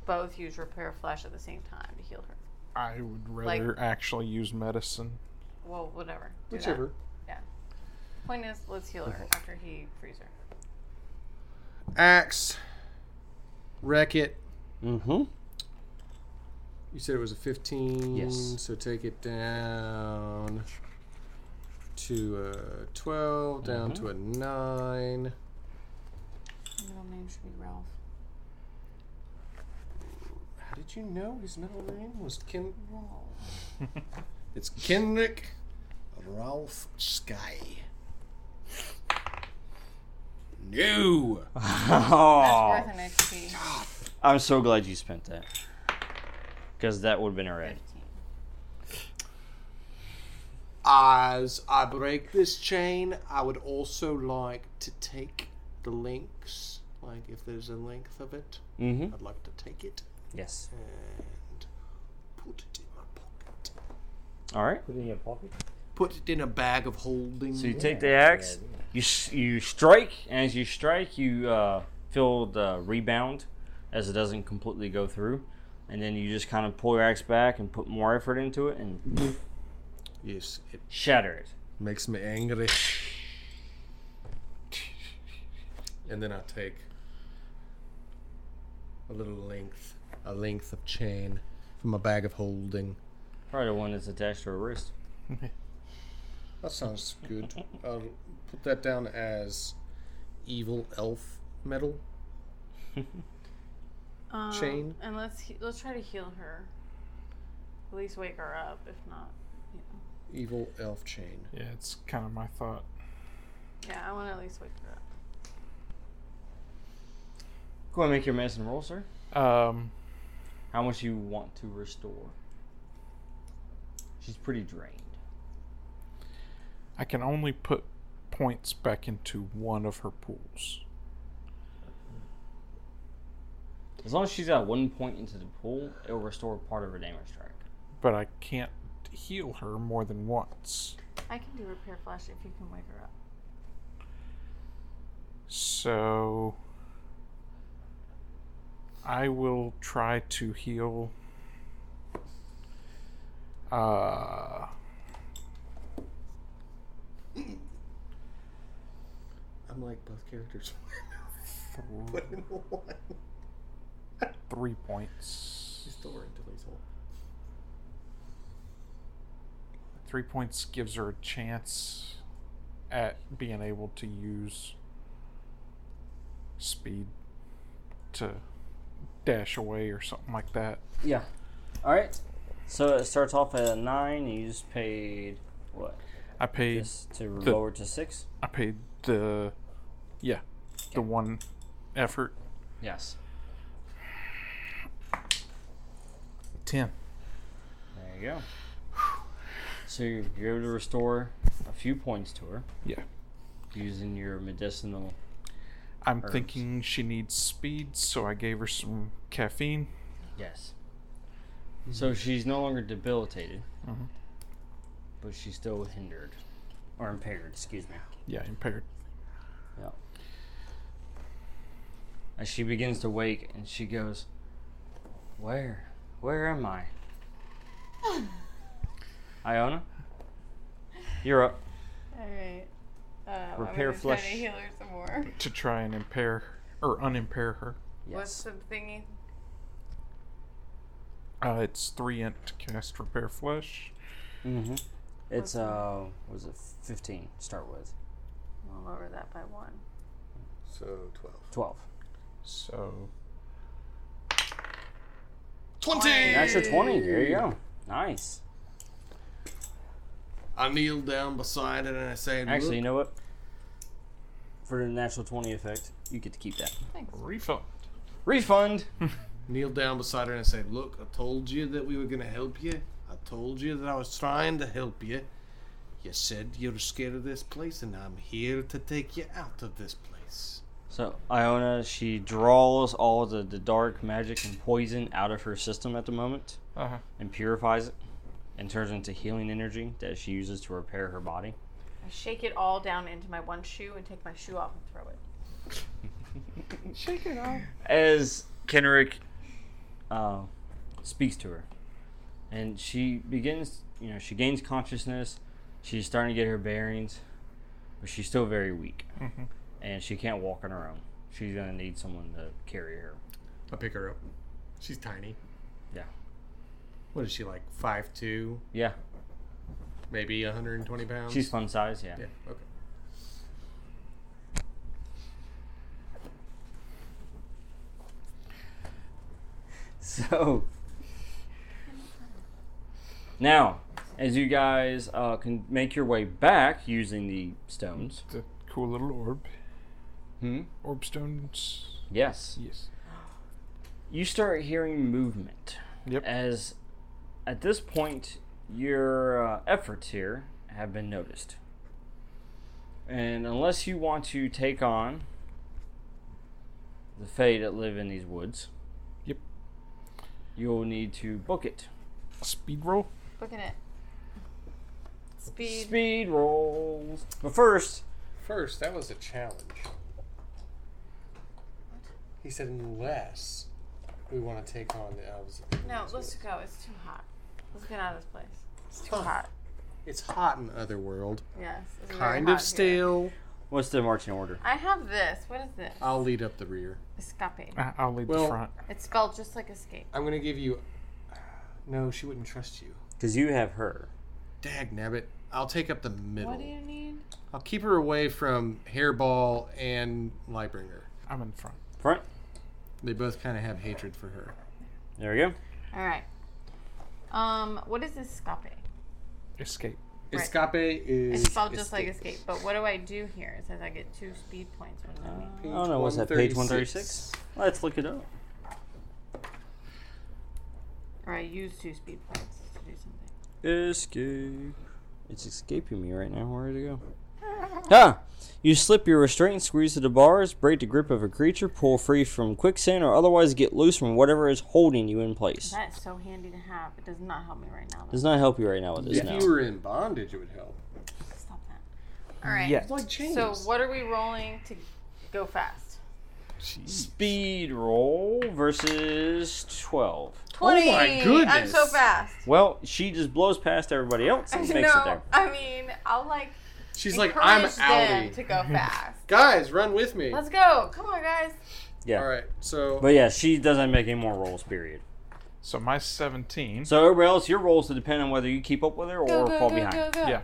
both use repair flush at the same time to heal her.
I would
Like-
rather actually use medicine.
Well, whatever. Do that.
Whichever.
Point is, let's heal her after he frees her.
Axe. Wreck it.
Mm-hmm.
You said it was a 15.
Yes.
So take it down to a 12, down to a
Mm-hmm.
9.
Middle name should be Ralph.
How did you know his middle name was Ken?
Ralph.
It's Kenrick Ralph Sky. No!
Oh,
That's worth an HP.
I'm so glad you spent that. Because that would have been a red.
15.
As I break this chain, I would also like to take the links. Like, if there's a length of it,
Mm-hmm.
I'd like to take it
Yes.
and put it in my pocket.
All right.
Put it in your pocket.
Put it in a bag of holding.
So you take the axe, you s- you strike, and as you strike, you uh, feel the rebound as it doesn't completely go through, and then you just kind of pull your axe back and put more effort into it and
yes, it
shatter it.
makes me angry. And then I take a little length, a length of chain from a bag of holding.
Probably the one that's attached to her wrist.
That sounds good. I'll put that down as evil elf metal.
Um,
Chain?
And let's he- let's try to heal her. At least wake her up, if not. You know.
Evil elf chain.
Yeah, it's kind of my thought.
Yeah, I want to at least wake her up.
Go ahead and make your medicine roll, sir.
Um,
How much you want to restore? She's pretty drained.
I can only put points back into one of her pools.
As long as she's at one point into the pool, it'll restore part of her damage track.
but I can't heal her more than once.
I can do repair flash if you can wake her up.
So I will try to heal uh
I'm like both characters.
th-
Put in one.
three points.
Restore into these whole.
Three points gives her a chance at being able to use speed to dash away or something like that.
Yeah. All right. So it starts off at a nine. And you just paid what?
I paid
This to lower to six.
I paid the yeah, the one effort
Yes.
ten.
There you go. So you're you're able to restore a few points to her
Yeah.
using your medicinal.
I'm
Herbs.
thinking she needs speed, so I gave her some caffeine.
Yes. So she's no longer debilitated,
Mhm.
but she's still hindered or impaired. Excuse me.
Yeah, impaired.
As she begins to wake, and she goes, "Where? Where am I?" Iona, you're up.
All right. Uh,
Repair
I'm gonna try
flush.
to heal her some more.
To try and impair or unimpair her.
What's the thingy?
Uh, it's three int to cast repair flesh.
Mm-hmm. It's
Okay.
uh, what was it fifteen? to Start with
I'll lower that by one.
So 12.
twelve.
So
20!
An extra twenty. There you go. Nice.
I kneeled down beside it and I said,
Actually, you
"Look."
know what? For the natural twenty effect, you get to keep that.
Thanks.
refund.
Refund.
kneeled down beside her and I said, Look, I told you that we were going to help you. I told you that I was trying to help you. You said you were scared of this place, and I'm here to take you out of this place.
So Iona, she draws all the, the dark magic and poison out of her system at the moment,
Uh huh.
and purifies it, and turns into healing energy that she uses to repair her body.
I shake it all down into my one shoe and take my shoe off and throw it.
Shake it off.
as Kenrick uh, speaks to her, and she begins, you know, she gains consciousness. She's starting to get her bearings, but she's still very weak,
Mhm.
and she can't walk on her own. She's gonna need someone to carry her.
I pick her up. She's tiny.
Yeah.
What is she like? Five two,
Yeah,
maybe 120 pounds?
she's fun size. yeah.
Yeah, okay.
So now, as you guys uh, can make your way back using the stones.
The cool little orb.
Hmm.
Orb stones.
Yes.
Yes.
you start hearing movement.
Yep.
As at this point, your uh, efforts here have been noticed. And unless you want to take on the Fae that live in these woods,
Yep.
you'll need to book it.
Speed roll.
Looking at speed.
Speed rolls. But first,
First, that was a challenge. He said, unless we want to take on the elves.
No, let's go. It's too hot. Let's get out of this place. It's too hot.
It's hot in Otherworld.
Yes. It's very
Kind
hot
of
here.
stale.
what's the marching order?
I have this. What is this?
I'll lead up the rear.
Escape.
I- I'll lead
Well-
the front.
It's spelled just like escape.
I'm gonna give you. No, she wouldn't trust you.
Because you have her.
Dag nabbit. I'll take up the middle.
What do you need?
I'll keep her away from Hairball and Lightbringer.
I'm in front.
Front?
They both kind of have hatred for her.
There we go.
All right. Um, what is escape?
Escape.
Right.
Escape is.
It's spelled just like escape, but what do I do here? It says I get two speed points. What does that mean?
I don't know. What's that? Page one thirty six. Let's look it up.
Or I use two speed points to do something.
Escape. It's escaping me right now. Where did it go? Ah! You slip your restraint, squeeze to the bars, break the grip of a creature, pull free from quicksand, or otherwise get loose from whatever is holding you in place.
That is so handy to have. It does not help me right now. Though.
Does not help you right now with this
If
now.
you were in bondage, it would help.
Stop that. All right.
It's like chains.
So what are we rolling to go fast?
Speed roll versus 12.
Twenty. I'm so
goodness.
fast.
Well, she just blows past everybody else and makes it
no,
there.
I mean, I'll like.
She's like, I'm
encourage them
outie.
to go fast.
Guys, run with me.
Let's go. Come on, guys.
Yeah.
All right, so
But yeah, she doesn't make any more rolls, period.
So my 17.
So everybody else, your rolls will depend on whether you keep up with her or
Go, go,
fall
go,
behind.
go, go.
yeah.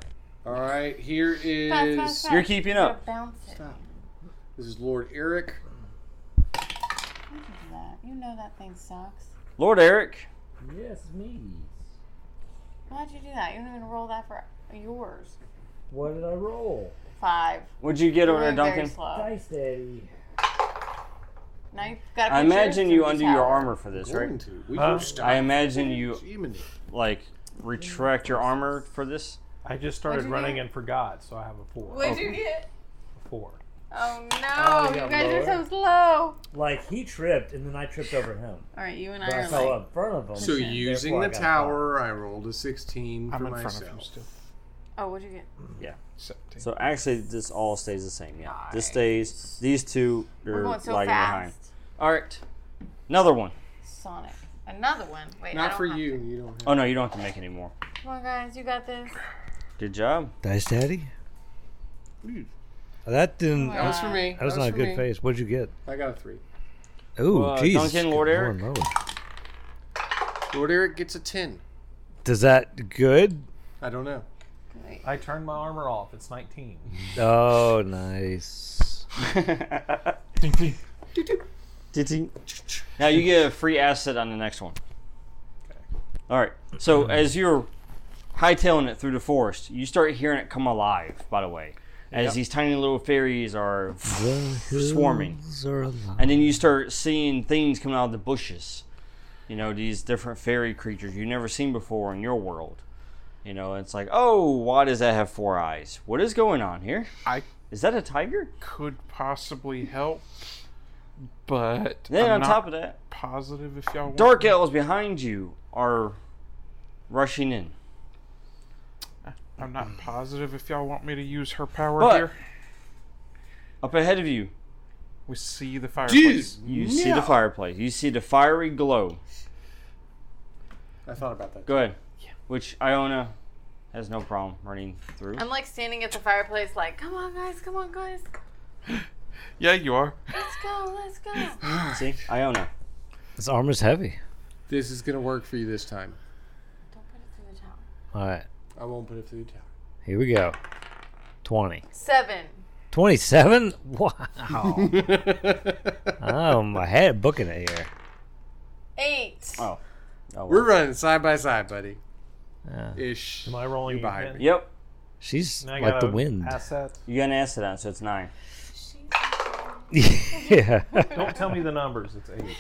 all right, here is
Fast, fast, fast.
You're keeping
Gotta
up.
Bounce it.
Stop. this is Lord Eric.
Look at that. You know that thing sucks.
Lord Eric,
Yes, me.
Why'd you do that? You don't even roll that for yours.
What did I roll?
Five.
what'd you get
You're
over there,
going very
Duncan?
slow.
Dice Daddy.
Now you've got.
I imagine you undo your armor for this,
Going
right?
to. We
Huh?
do stop.
I imagine you
Jiminy.
like retract your armor for this.
I just started
What'd you
running
get?
and forgot, so I have a four.
Oh.
Oh,
What'd you get?
A four.
Oh no!
Oh,
you
yeah,
guys are
lower.
so slow.
Like he tripped, and then I tripped over him.
All right, you and
But
I
I
are
fell
like.
in front of him.
So
therefore
using
I
the
got
tower, I rolled a 16
I'm
for
in
myself.
front of him still.
Oh, what'd you get?
17.
So actually, this all stays the same. Yeah, this stays. These two
We're
are
going so
lagging behind.
fast.
All right, another one.
Sonic. Another one. Wait, I
Not
don't
for
have
you.
to.
You don't have
Oh no, you don't have to make any more.
Come on, guys, you got this.
Good job.
Dice Daddy?
Ooh,
That didn't.
That was
That's for me.
That was
That
not
was
a
for
good
me.
face. What'd you get?
I got a three.
Ooh,
Uh,
jeez.
Duncan, Lord
Good
Eric?
Lord.
Lord Eric gets a 10.
Does that good?
I don't know.
Wait.
I turned my armor off. It's 19.
Oh, nice.
now you get a free asset on the next one. All right. So as you're hightailing it through the forest, you start hearing it come alive. By the way, as these tiny little fairies are swarming.
Those are alive.
and then you start seeing things coming out of the bushes. You know these different fairy creatures you've never seen before in your world. You know it's like, oh, why does that have four eyes? What is going on here?
I
Is that a tiger?
could possibly help, but
Then
I'm
on
not
top of that,
positive if y'all want.
dark elves behind you are rushing in.
I'm not positive if y'all want me to use her power
But-
here.
Up ahead of you,
We see the fireplace.
you see the fireplace. You see the fiery glow.
I thought about that.
Go ahead. Which Iona has no problem running through.
I'm like standing at the fireplace, like, come on, guys, come on, guys,
Yeah, you are.
let's go, let's go.
See, Iona.
This armor's heavy.
This is going to work for you this time.
Don't put it through the tower.
All right,
I won't put it through the tower.
here we go. 20.
Seven.
27? Wow. Oh, I'm ahead booking it here.
Eight.
Oh. oh
We're
well.
running side by side, buddy.
Yeah.
Ish.
Am I rolling
You're behind
again?
Yep.
She's
And I
like
got
the
a
wind.
Asset.
You got an acid on, so it's nine.
yeah.
Don't tell me the numbers. It's eight.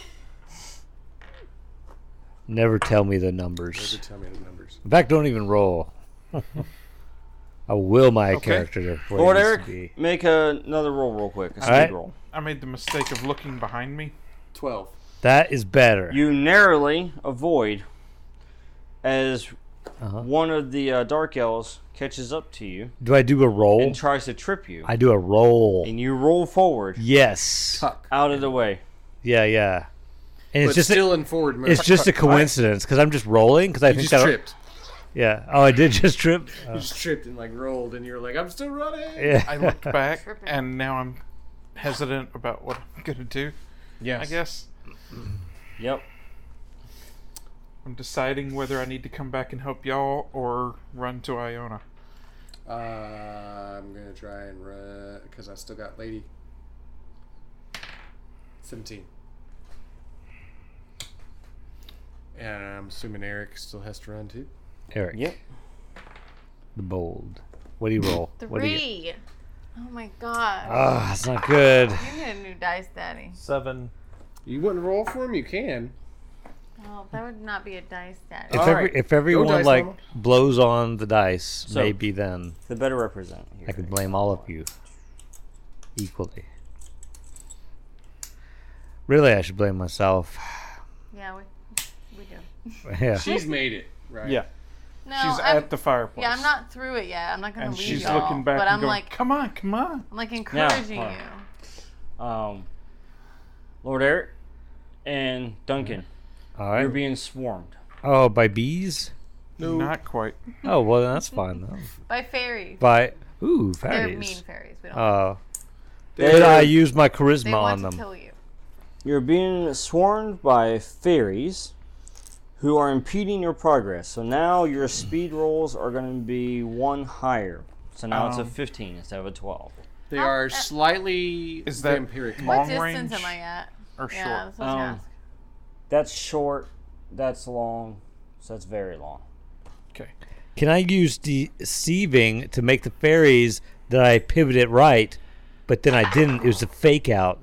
Never tell me the numbers.
Never tell me the numbers.
In fact, don't even roll. I will my
Okay.
character to where
Lord
it needs
Eric,
to be.
make a, another roll real quick. A speed
Alright.
roll.
I made the mistake of looking behind me.
12.
That is better.
You narrowly avoid as
Uh-huh.
one of the uh, dark elves catches up to you
do I do a roll?
and tries to trip you.
Oh. I do a roll.
and you roll forward
Yes.
Tuck.
out of the way.
Yeah, yeah. And it's
but
just
still
a,
in forward motion.
it's just a coincidence because I'm just rolling because I
You
think
just
that
tripped.
yeah. Oh, I did just trip. Uh,
You just tripped and like rolled, and you're like, I'm still running.
Yeah.
I looked back,
Tripping.
and now I'm hesitant about what I'm gonna do.
Yes.
I guess
Yep.
I'm deciding whether I need to come back and help y'all or run to Iona.
Uh, I'm gonna try and run because I still got lady. Seventeen. And I'm assuming Eric still has to run too.
Eric.
Yep.
The bold. What do you roll? What do you?
Three. Oh my god.
Ah, it's not good.
you need a new dice daddy.
Seven.
You wouldn't roll for him? You can.
Well, that would not be a dice daddy.
If
All
every
right.
if everyone
dice,
like
Mama.
blows on the dice,
So-
maybe then
The better represent. Here.
I could blame all of you equally. Really, I should blame myself.
Yeah, we we do.
yeah.
She's made it, right?
Yeah.
No,
she's
I'm,
at the fireplace.
yeah, I'm not through it yet. I'm not gonna
And
leave
she's
y'all.
looking back
but
and
I'm
going,
like,
"Come on, come on."
I'm like encouraging
hold on.
you.
Um, Lord Eric and Duncan,
All
you're
right.
being swarmed.
oh, by bees.
No.
Not quite.
Oh well, then that's fine though.
By fairies.
By ooh,
They're mean
fairies.
fairies. We don't.
Uh,
They-
did I use my
they
charisma
want
on
to
them?
kill you.
You're being swarmed by fairies who are impeding your progress. So now your speed rolls are going to be one higher. So now it's a
Um,
15 instead of a 12.
They are slightly
Is that-
vampiric.
What?
What
Long
distance
range
am I at?
Or
Yeah, that's
short.
what I was gonna
Um,
ask.
That's short, that's long, so that's very long.
Okay.
Can I use deceiving to make the fairies that I pivoted right, but then I didn't? It was a fake out,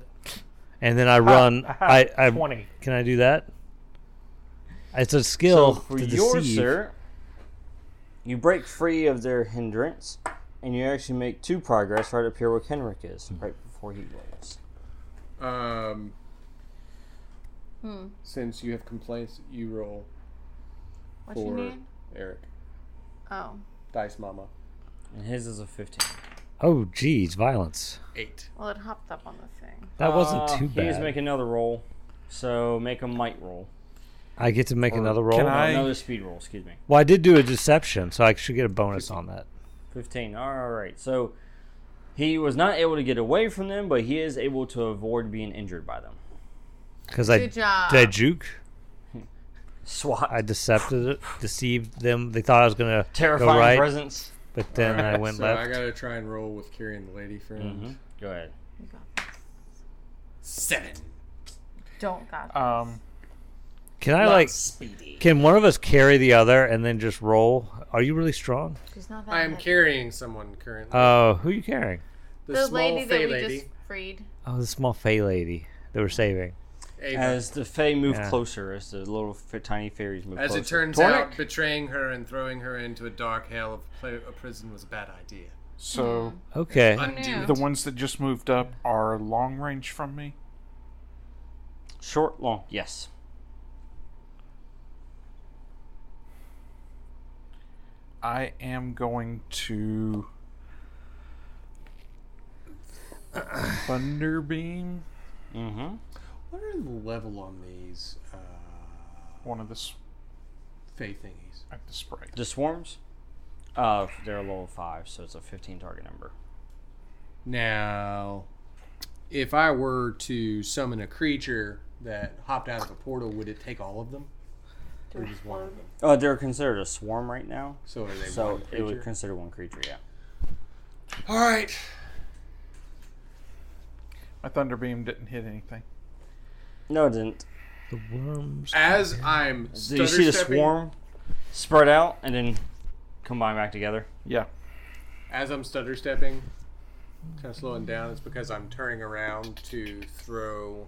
and then I run. I, I
Twenty.
Can I do that? It's a
So
skill
for
to
yours,
deceive.
sir, you break free of their hindrance and you actually make two progress right up here where Kenrick is,
Hmm.
right before he rolls.
Um, Since you have complaints, you roll
What you
for
need?
Eric.
Oh,
Dice Mama.
And his is a 15.
Oh, geez, violence.
Eight.
well, it hopped up on the thing.
That wasn't
Uh,
too
He needs
bad.
to make another roll, so make a might roll.
I get to make another roll.
can I-
Another speed roll, excuse me.
Well, I did do a deception, so I should get a bonus on that.
15. All right. So he was not able to get away from them, but he is able to avoid being injured by them.
Because I
Good job.
did I juke.
SWAT.
I decepted it, deceived them. They thought I was gonna
terrifying
go right, Mm-hmm.
presence.
but then I went
so
left.
I gotta try and roll with carrying the lady friend.
Mhm. Go ahead.
You got this.
Seven.
Don't got this.
Um,
Can I like?
speedy.
Can one of us carry the other and then just roll? Are you really strong?
She's not that
I am
heavy.
carrying someone
Uh,
currently.
Oh, who are you carrying?
the,
The
small
lady that
fey
we
lady.
just freed.
Oh, the small fey lady that we're saving.
Ava.
As the Fae move
Yeah.
closer, as the little f- tiny fairies move
As
closer.
it turns
Tornik?
out, betraying her and throwing her into a dark hell of pla- a prison was a bad idea.
so
Okay.
Undo
knew?
it.
the ones that just moved up are long range from me.
short, long. Yes.
I am going to thunder beam
Mm-hmm.
What are the level on these uh,
one of the s-
fey thingies?
at the sprite.
The swarms. Uh, they're a level five, so it's a 15 target number.
Now, if I were to summon a creature that hopped out of a portal, would it take all of them? Or just one of them?
Uh, they're considered a swarm right now,
So are they
so
one creature?
it would consider one creature. Yeah.
all right.
My thunder beam didn't hit anything.
No, it didn't.
The worms.
As I'm
Do you see the
stutter-stepping-
swarm spread out and then combine back together?
Yeah.
As I'm stutter stepping, kind of slowing down, it's because I'm turning around to throw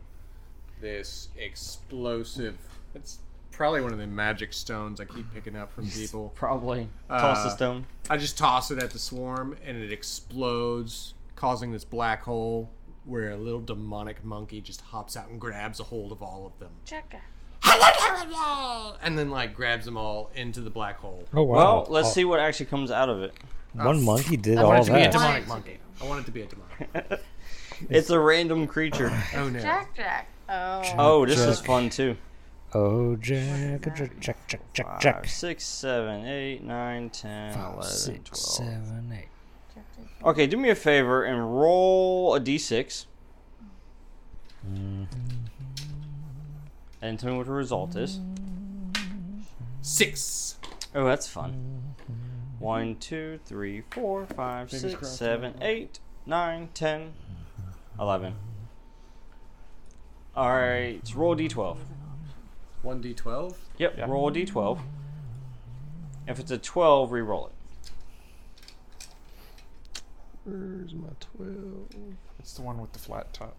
this explosive. It's probably one of the magic stones I keep picking up from people.
Probably. Toss the
Uh,
stone.
I just toss it at the swarm and it explodes, causing this black hole where a little demonic monkey just hops out and grabs a hold of all of them.
Check it.
And then, like, grabs them all into the black hole.
Oh wow.
Well, let's
Oh,
see what actually comes out of it.
One monkey did
I want
all
it to be a
that.
demonic monkey. I want it to be a demonic.
It's a random creature.
Oh no.
Jack Jack. Oh.
Oh, this is fun too.
Oh, Jack, Jack, Jack, Jack, Jack, Jack.
Five, six, seven, eight, nine, ten,
Five,
11,
six,
12.
seven, eight.
Okay, do me a favor and roll a d6. Mm-hmm. And tell me what the result is.
Six.
Oh, that's fun. One, two, three, four, five, six,
crossed,
seven, eight, nine, ten, Mm-hmm. eleven. All right, roll d12.
One d twelve.
Yep,
Yeah.
roll a d12. If it's a 12, re roll it.
Where's my twelve?
It's the one with the flat top.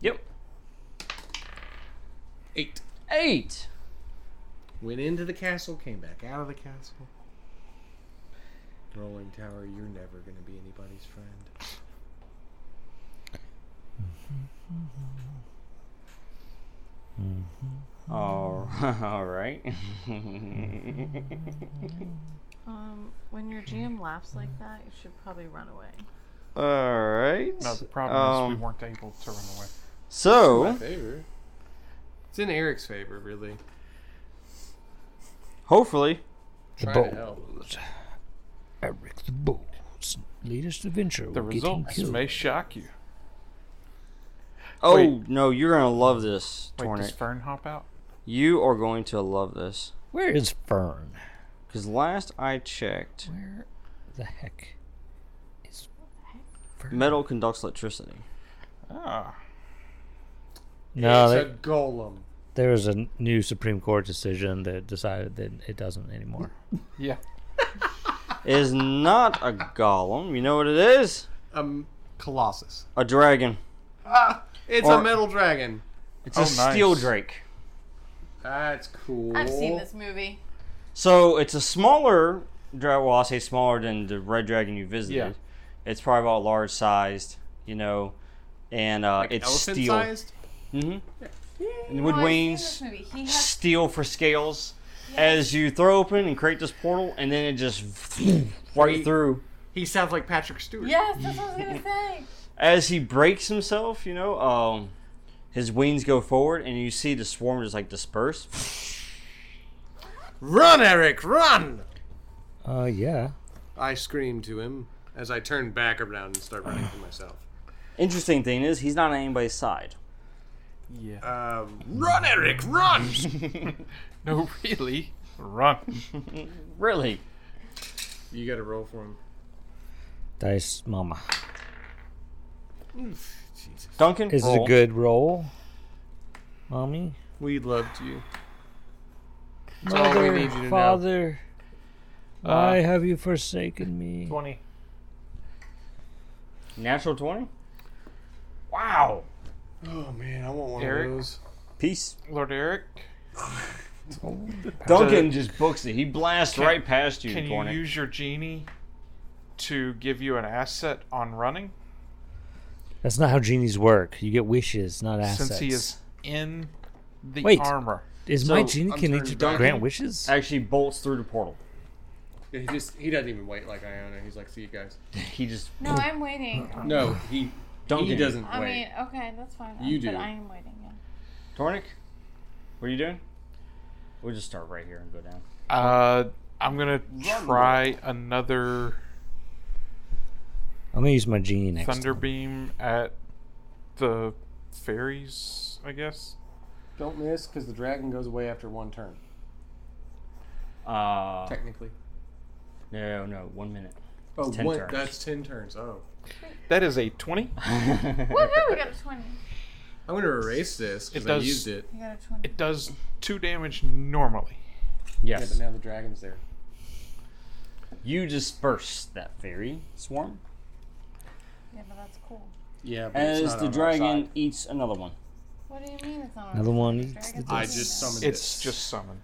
Yep.
Eight.
Eight.
Went into the castle, came back out of the castle. Rolling Tower, you're never going to be anybody's friend.
All all right.
Um, when your GM laughs like that, you should probably run away.
all right.
No, the problem is
Um,
we weren't able to run away.
My
So,
favor. It's in Eric's favor, really.
hopefully,
The
Trying to help.
bold. Eric the bold. Lead us to venture.
The
we'll get him
results
killed.
may shock you.
Oh
Wait.
no, you're gonna love this,
Wait, does
Tornic.
Fern hop out?
You are going to love this.
Where is Fern?
Because last I checked,
Where the heck is Fern?
metal conducts electricity.
Ah,
No,
it's
they-
a golem.
there was a n- new Supreme Court decision that decided that it doesn't anymore.
yeah.
It is not a golem. You know what it is?
Um, Colossus.
A dragon.
It's
Or-
a metal dragon.
It's
Oh,
a
nice.
steel drake.
That's cool.
I've seen this movie.
So it's a smaller dragon. Well, I say smaller than the red dragon you visited.
Yeah.
It's probably about large sized, you know, and uh, it's
Elephant
steel.
sized.
hmm And with
No, Oh, I've seen
wings.
this movie. He has
steel for scales as you throw open and create this portal, and then it just right
He-
through.
He sounds like Patrick Stewart.
Yes, that's what I was gonna say.
As he breaks himself, you know, um, his wings go forward, and you see the swarm just like disperse.
Run, Eric, run!
Uh, yeah.
I scream to him as I turn back around and start running for myself.
Interesting thing is, he's not on anybody's side.
Yeah.
Um, run, Eric, run!
No, really? Run.
Really?
you gotta roll for him.
Dice Mama.
Jesus.
Duncan?
Is it
roll.
a good roll, mommy?
We loved you. all we
Mother,
need you to know.
father, why
Uh,
have you forsaken me?
20.
Natural 20?
Wow.
Oh man, I want one
Eric?
of those.
Peace.
Lord Eric,
Duncan just books it. He blasts
Can-
right past you,
can you
Tornik.
use your genie to give you an asset on running?
That's not how genies work. You get wishes, not assets.
Since he is in the
Wait.
armor.
Is my
So,
genie
I'm
can he
turning
just
back.
grant wishes?
Actually bolts through the portal.
Yeah, he just he doesn't even wait like Iona. He's like, see you guys.
He just
No, I'm waiting.
No, he
Duncan.
he doesn't
I
wait.
mean, okay, that's fine.
You do.
But I am waiting. Yeah.
Tornik, what are you doing? We'll just start right here and go down.
Oh.
Uh, I'm gonna try another
I'm gonna use my genie next.
thunder
time.
beam at the fairies. I guess.
Don't miss because the dragon goes away after one turn.
Uh,
Technically.
no, no, one minute.
Oh,
ten
one-
turns.
that's ten turns. Oh,
That is a twenty.
Woohoo! Oh, We got a twenty.
I'm gonna erase this because
It
I
does-
used it.
We got a twenty.
It does two damage normally.
Yeah,
yes.
but now the dragon's there.
You disperse that fairy swarm
Yeah, but that's cool.
Yeah, but it's
as the
not on our
dragon
side.
eats another one.
What do you mean it's not? on
Another
our
one
side?
eats the
Dragon's
I
eating
just
them.
summoned
It's
this.
just summoned.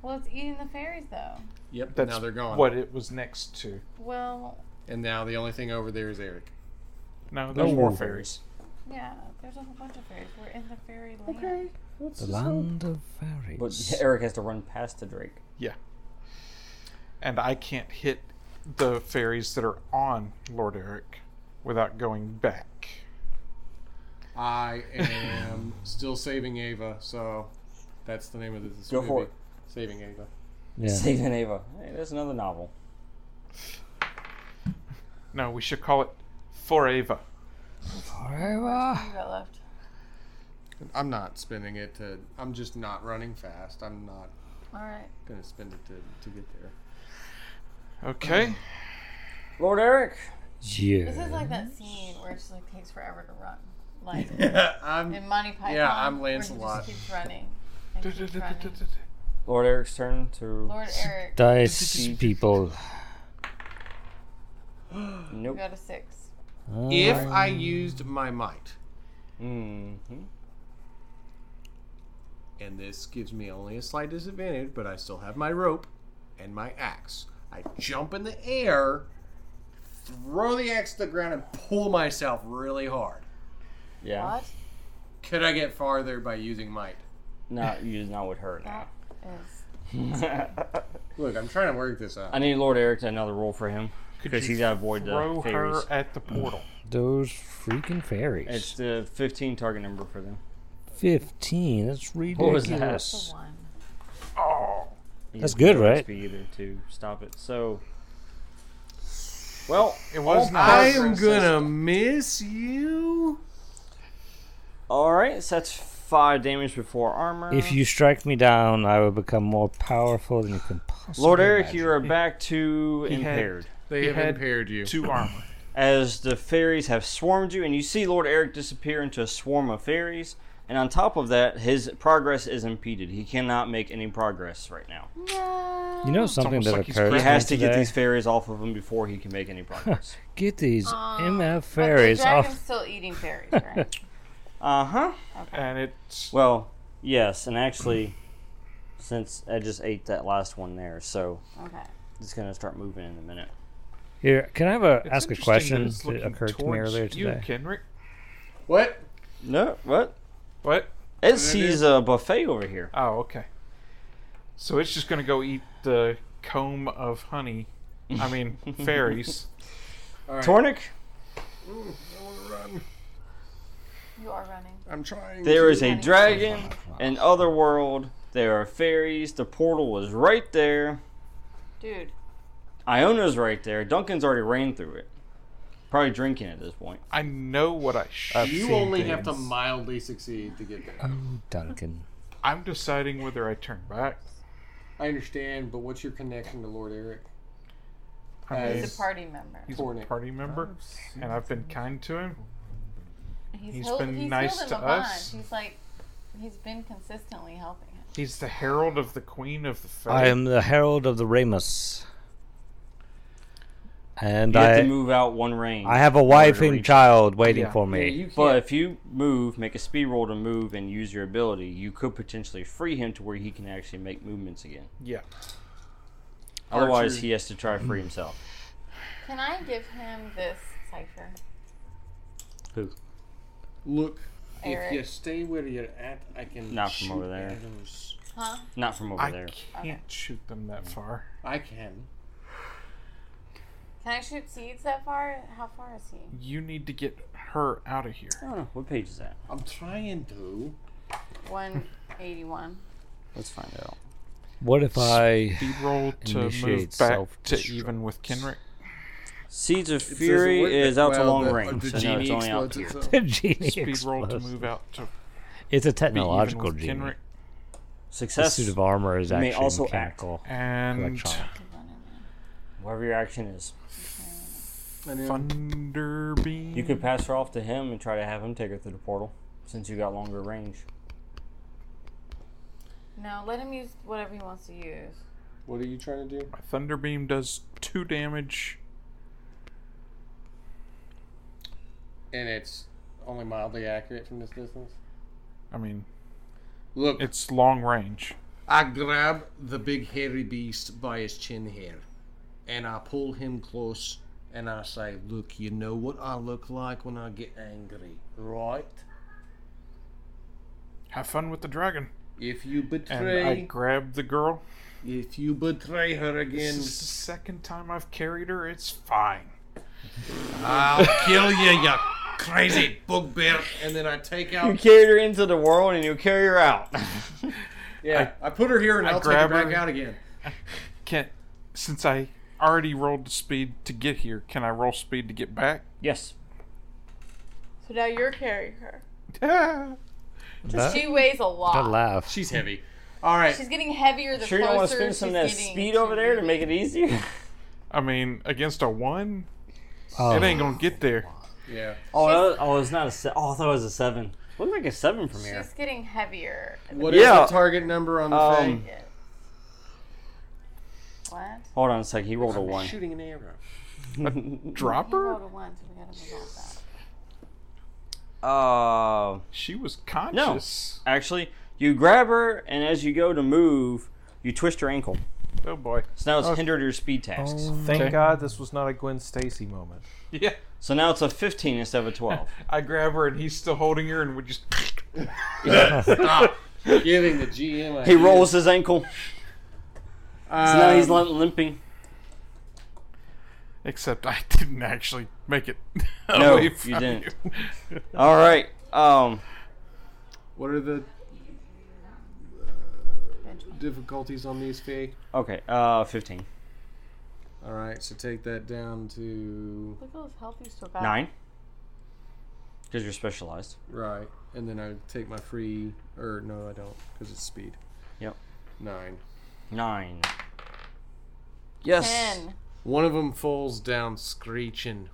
Well, it's eating the fairies though.
Yep.
That's
now they're gone.
what it was next to.
Well,
And now the only thing over there is Eric.
No,
Oh.
there's more fairies.
yeah. There's a whole bunch of fairies. We're in the fairy land.
The land of fairies.
But Eric has to run past the Drake.
Yeah. And I can't hit the fairies that are on Lord Eric without going back.
I am still saving Ava, so that's the name of this
Go
movie.
for it.
Saving Ava.
yeah.
Saving Ava. Hey, that's another novel.
No, we should call it Foreva.
Forever.
You got left.
I'm not spending it to. I'm just not running fast. I'm not
All right.
gonna spend it to, to get there.
Okay.
Lord Eric,
Yeah.
This is like that scene where it just like takes forever to run. Like
I'm
in Monty Python.
Yeah, I'm
where he
Lancelot.
Just keeps running. and keeps running.
Lord Eric's turn to.
Lord Eric,
Dice people.
we
Nope.
got a six.
if I used my might,
Mm-hmm.
and this gives me only a slight disadvantage, but I still have my rope and my axe. I jump in the air, throw the axe to the ground, and pull myself really hard.
Yeah.
What
Could I get farther by using might?
Not you is not with her now.
is?
Look, I'm trying to work this out.
I need Lord Eric to another roll for him because
you
he's got to avoid the
Throw
fairies.
her at the portal.
Those freaking fairies.
It's the 15 target number for them.
15. That's ridiculous.
What was that?
The one.
That's good, right?
XP either to stop it. So, well,
It was not.
I am gonna miss you.
all right. So that's five damage before armor.
If you strike me down, I will become more powerful than you can possibly.
Lord Eric,
imagine.
you are back to
had-
impaired.
They
He
have
had
impaired you.
Two armor.
as the fairies have swarmed you, and you see Lord Eric disappear into a swarm of fairies. And on top of that, his progress is impeded. He cannot make any progress right now.
You know something
almost
that
like he's
occurred.
He
Right
has to
to
get these fairies off of him before he can make any progress.
get these MF
But
fairies oh.
the dragon's
off.
still eating fairies, right?
uh huh.
And it's.
Well, yes, and actually, since I just ate that last one there, so
okay.
it's gonna start moving in a minute.
Here, can I have a
it's
ask a
interesting
question
it's
that
looking
occurred to me
towards
earlier
You,
today?
Kenrick.
What?
No, what?
What?
It sees a buffet over here.
Oh, okay. So it's just gonna go eat the comb of honey. I mean, fairies.
Tornik,
You are running.
I'm trying.
there is a dragon in Otherworld. There are fairies. The portal was right there.
Dude,
Iona's right there. Duncan's already ran through it. Probably drinking at this point.
I know what I should.
You only have to mildly succeed to get there.
Oh, Duncan.
I'm deciding whether I turn back.
I understand, but what's your connection to Lord Eric?
I mean,
he's a party member.
he's a
Tornik.
party member, and I've been kind to him.
He's,
he's
hel-
been
he's
nice
healed
to
him a bunch.
us.
He's like, he's been consistently helping him.
He's the herald of the queen of the fairies.
I am the herald of the Ramus. And
You have to
I
move out one range.
I have a wife
Marguerite.
and child waiting
Yeah.
for me.
Yeah, you can't.
But if you move, make a speed roll to move and use your ability, you could potentially free him to where he can actually make movements again.
Yeah.
Otherwise,
Archer.
he has to try to free himself.
Can I give him this cipher?
Who?
Look,
Eric.
if you stay where you're at, I can.
Not from
shoot
over there.
arrows.
Huh?
Not from over
I
there.
can't shoot them that far.
I can.
Can I shoot seeds that far? How far is he?
You need to get her out of here.
I don't know. What page is that?
I'm trying to.
181.
Let's find out.
What if I
Speed roll to move
Initiate
back to
self-destruct.
even with Kenrick.
Seeds of Fury is out to long
uh,
range. so no, it's only out here.
the genie
Speed roll to
explodes?
move out to
It's a
be even
technological
with
genie.
Kenrick.
The
Success.
suit of armor is
You may
actually
also act.
mechanical,
And
electronic.
Whatever your action is,
Thunderbeam.
you could pass her off to him and try to have him take her through the portal, since you got longer range.
No, let him use whatever he wants to use.
What are you trying to do?
My Thunderbeam does two damage.
And it's only mildly accurate from this distance.
I mean,
Look,
it's long range.
I grab the big hairy beast by his chin hair, and I pull him close, and I say, "Look, you know what I look like when I get angry, right?
Have fun with the dragon.
If you
And I
betray,
grab the girl.
if you betray her
This
again,
is the second time I've carried her. It's fine.
I'll kill
Oh,
you, you crazy bugbear!" And then I take
You
out.
carried her into the world and you carry her out.
Yeah, I, put her here, and
I
I will take her
grab
back
her.
out again.
Can't. Since I already rolled the speed to get here, can I roll speed to get back?
yes.
So now you're carrying her.
That-
She weighs a
I
lot.
laugh.
She's heavy. All right.
She's getting heavier the
Sure, you don't
closer
want to spend some
she's
of that
getting
speed
to
over there to
you.
make it easier?
I mean, against a one, It ain't gonna get there.
Yeah.
Oh, that- oh, it's not a. Se- oh, I thought it was a seven. Looked like a seven from here.
She's getting heavier.
What is
Yeah.
the target number on the
Um,
thing?
What?
Hold on a second. He rolled a one.
Shooting an arrow.
We
Dropper?
rolled a one, so we gotta move on that.
Uh,
She was conscious.
actually, you grab her, and as you go to move, you twist your ankle.
Oh boy.
So now it's
Oh.
hindered your speed tasks.
Thank
Okay.
God this was not a Gwen Stacy moment.
Yeah.
So now it's a 15 instead of a 12.
I grab her and he's still holding her and we just
Giving the GM.
he rolls his ankle. So now
Uh, Um,
he's lim- limping.
Except I didn't actually make it.
No,
away
you
from
didn't.
you.
All right. Um,
What are the uh, difficulties on these fee?
okay. Uh, 15.
All right, so take that down to
Look at those health you still got.
Nine. Because you're specialized.
right, and then I take my free or no, I don't because it's speed.
Yep.
Nine.
Nine. Yes.
Ten.
One of them falls down screeching.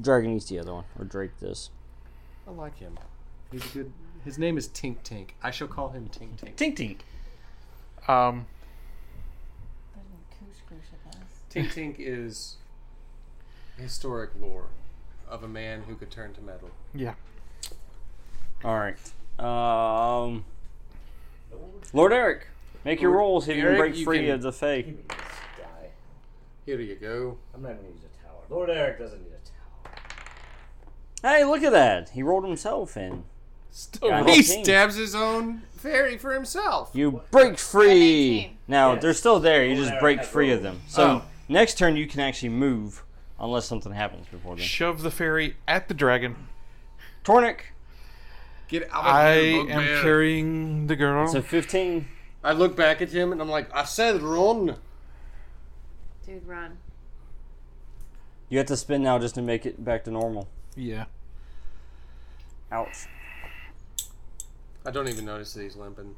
Dragon eats the other one, or Drake does.
I like him. He's a good. His name is Tink Tink. I shall call him Tink Tink.
Tink tink.
Um
Better than Koosh Koosh, I guess.
Tink Tink is historic lore of a man who could turn to metal.
yeah.
All right. Um, Lord Eric, make your
Lord
rolls if you can
Eric,
break
you
free
can-
of the Fey.
Die.
Here you go.
I'm not gonna use a tower. Lord Eric doesn't need a tower.
Hey, look at that. He rolled himself in.
Still
Got
he
it.
stabs his own fairy for himself.
You break free.
eighteen.
Now,
Yes.
they're still there. You
Lord
just
Eric
break
has
free of
rolled.
them. So, next turn, you can actually move unless something happens before then.
Shove the fairy at the dragon.
Tornik,
Get out of
I
here,
am
bugbear.
carrying the girl.
so 15.
I look back at him and I'm like, I said run.
Dude, run.
You have to spin now just to make it back to normal.
yeah.
Ouch.
I don't even notice that he's limping.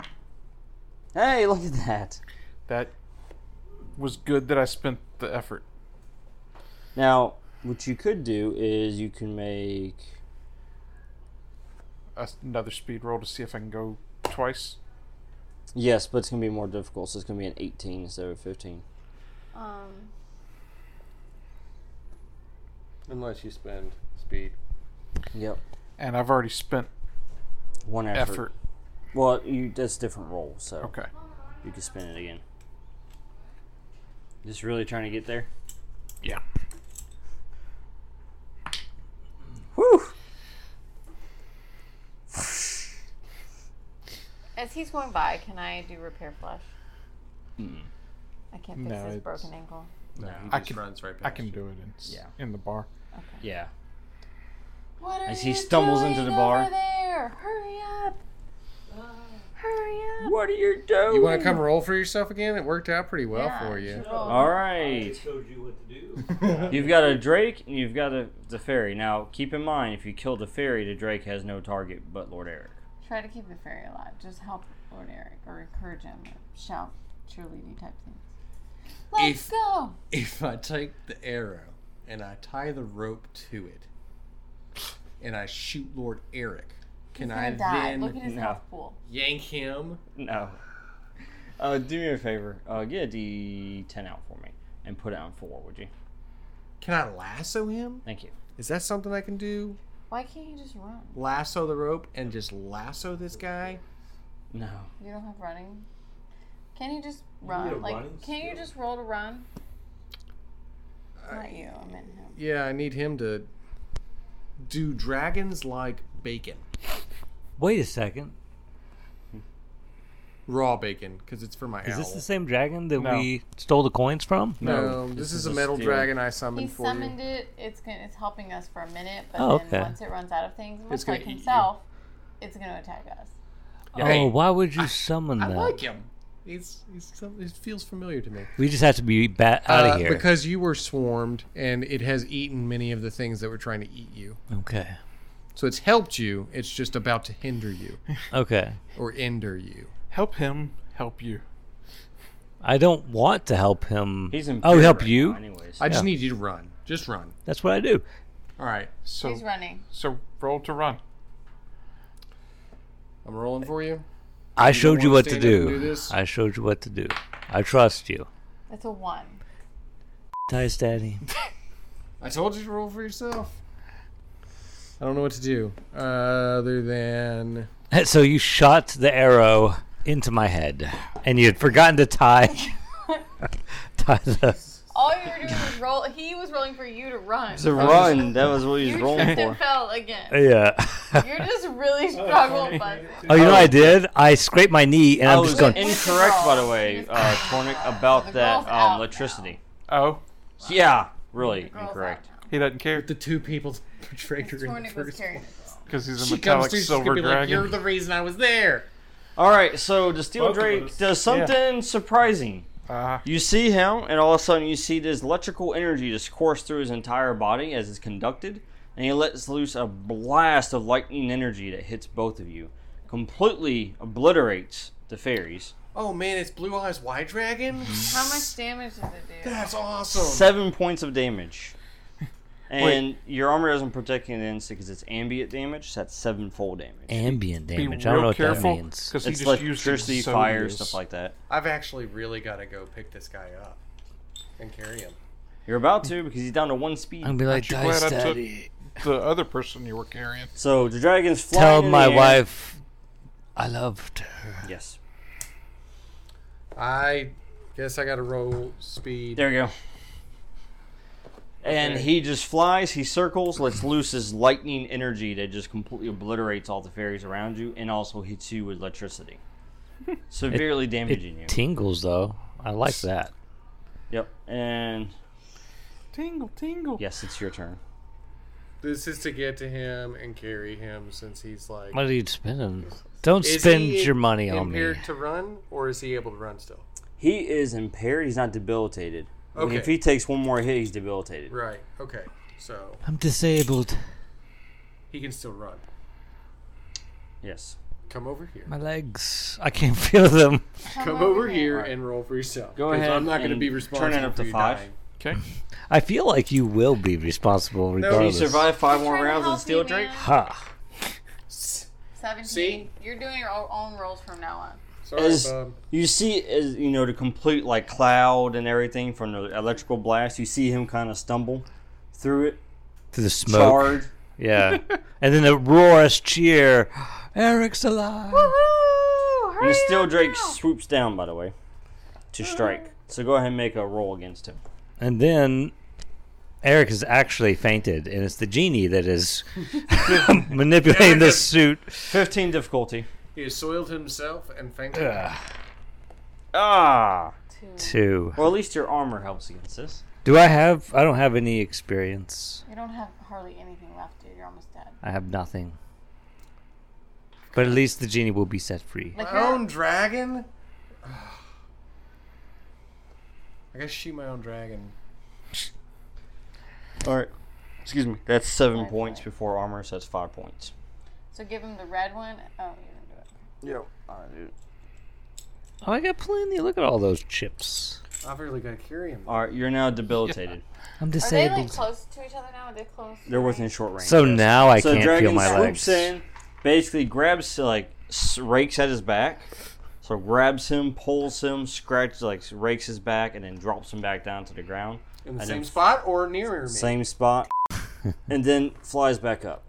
Hey, look at that.
That was good that I spent the effort.
Now, what you could do is you can make.
Uh, Another speed roll to see if I can go twice.
Yes, but it's going to be more difficult. So, it's going to be an 18 instead of a 15.
Um,
Unless you spend speed.
Yep.
And I've already spent
One effort.
effort.
Well, you that's a different roll, so
Okay.
you can spin it again. Just really trying to get there.
Yeah.
Whew.
as he's going by, can I do repair flush?
Mm.
I can't fix
No,
this
it's-
broken ankle.
I can
runs right
I can do it in, s-
Yeah.
in the bar.
Yeah.
What are
As he
you
stumbles
doing
into the
over
bar.
there? Hurry up! Hurry up!
What are you doing?
You want to come roll for yourself again? It worked out pretty well
Yeah,
for
you
you.
should roll.
All right.
Showed you what to do.
You've got a Drake and you've got a the fairy. Now, keep in mind, if you kill the fairy, the Drake has no target but Lord Eric.
Try to keep the fairy alive. Just help Lord Eric or encourage him or shout cheerleading type things. Let's
If-
go!
If I take the arrow and I tie the rope to it and I shoot Lord Eric, can
He's
I
gonna die. Look at
then
his
No.
health pool.
yank him?
No. Uh, do me a favor. Uh, get a D10 out for me and put it on four, would you?
Can I lasso him?
Thank you.
Is that something I can do?
Why can't you just run?
Lasso the rope and just lasso this guy?
No.
You don't have running. Can you just run?
need a
like,
running
can you
skill.
just roll to run? Not you. I meant him.
Yeah, I need him to. Do dragons like bacon?
Wait a second.
Raw bacon, because it's for my
Is
owl.
this the same dragon that
No.
we stole the coins from?
No, this, is, a metal
steel.
dragon I
He
summoned for
summoned it. It's gonna, it's helping us for a minute, but
Oh,
then
okay.
once it runs out of things, much
It's gonna
like
eat you.
himself, it's gonna attack us.
you.
Oh, why would you summon
I
that?
like him. He's, he's some, it feels familiar to me.
We just have to be bat out of
Uh,
here.
Because you were swarmed, and it has eaten many of the things that were trying to eat you.
okay.
So it's helped you. It's just about to hinder you
Okay.
or ender you.
Help him help you.
I don't want to help him.
He's in.
I'll
fear
help
right
you.
now anyways.
I just
Yeah.
need you to run. Just run.
That's what I do.
All right.
So
He's running.
so roll to run.
I'm rolling for you.
I
don't
showed you
wanna
what to
stand up
do.
and do this?
I showed you what to do. I trust you.
That's a one.
Dice Daddy.
I told you to roll for yourself. I don't know what to do uh, other than
So you shot the arrow into my head, and you had forgotten to tie, tie the.
All you were doing was roll. He was rolling for you to run.
It's a run. That was what he
you
was rolling
tripped and
for.
fell again.
Yeah.
You're just really struggling, but
Oh, you know what I did? I scraped my knee, and
I
I'm
was
just going.
incorrect, by the way, uh, Tornik, about
The
that
girl's out
um,
now.
electricity.
Oh,
Yeah, really
girl's
incorrect.
out
he doesn't care
the two people portrayed
now. Tornik was carrying the girl.
because he's a
She comes
metallic
through, she's gonna
silver
be like,
dragon.
"You're the reason I was there."
All right, so the Steel
Both of
Drake
us.
does something surprising.
Ah,
You see him, and all of a sudden, you see this electrical energy just course through his entire body as it's conducted, and he lets loose a blast of lightning energy that hits both of you, completely obliterates the fairies.
Oh man, it's Blue Eyes White Dragon.
How much damage does it do?
That's awesome.
Seven points of damage. And your armor doesn't protect against it because it's ambient damage, so that's seven full damage.
Ambient
be
damage. I don't know
real
what
careful
that means.
because he
it's
just used
electricity, fire, stuff like that.
I've actually really got to go pick this guy up and carry him.
You're about to because he's down to one speed.
I'm gonna be like,
you glad
Dice
I took-
Daddy.
the other person you were carrying.
So the dragon's flying.
Tell
in
my
the air.
wife I loved her.
Yes.
I guess I got to roll speed.
There we go. And he just flies, he circles, lets loose his lightning energy that just completely obliterates all the fairies around you and also hits you with electricity. Severely damaging you.
It tingles though. I like that.
Yep. And
Tingle, tingle.
yes, it's your turn.
This is to get to him and carry him since he's like.
What are you spending? Don't
Is
spend
he
your money on me.
impaired to run, or is he able to run still?
He is impaired, he's not debilitated. And
Okay.
if he takes one more hit, he's debilitated.
Right. Okay. So
I'm disabled.
he can still run.
Yes.
Come over here.
My legs. I can't feel them.
Come over here and roll for yourself.
Go
'cause
ahead
I'm not going to
and
be
turn it
responsible
up
for
to
you
five.
dying.
Okay.
I feel like you will be responsible
He
regardless.
survived five more
Trying to
rounds
help
with
me,
Steel
man.
Drake.
Ha.
17.
See?
You're doing your o- own rolls from now on.
Sorry,
As
Bob.
you see, as you know, the complete like cloud and everything from the electrical blast, you see him kind of stumble through it,
To the smoke.
charred.
Yeah. and then the roarous cheer. Eric's alive.
And the Steel Drake swoops down, by the way, to strike. So go ahead and make a roll against him.
And then Eric has actually fainted, and it's the genie that is manipulating this suit.
Fifteen difficulty.
He has soiled himself and fainted.
Ah.
Two.
Well, at least your armor helps against this.
Do I have? I don't have any experience.
You don't have hardly anything left, dude. You're almost dead.
I have nothing. But at least the genie will be set free.
Like
My
you're not-
own dragon? I gotta shoot my own dragon.
All right. Excuse me. That's seven
Five
points
points.
before armor, so that's five points.
So give him the red one. Oh, you didn't do it.
Oh, I got plenty. Look at all those chips.
I've really gotta carry him.
All right. You're now debilitated.
I'm
Are they like
disabled.
close to each other now? Are they close?
They're within short range.
so
yes.
now I
so
can't
dragon
feel my
swoops
legs.
in, basically grabs like s- rakes at his back. So grabs him, pulls him, scratches like rakes his back, and then drops him back down to the ground.
In the
I
same
know.
spot or nearer me?
Same spot, and then flies back up.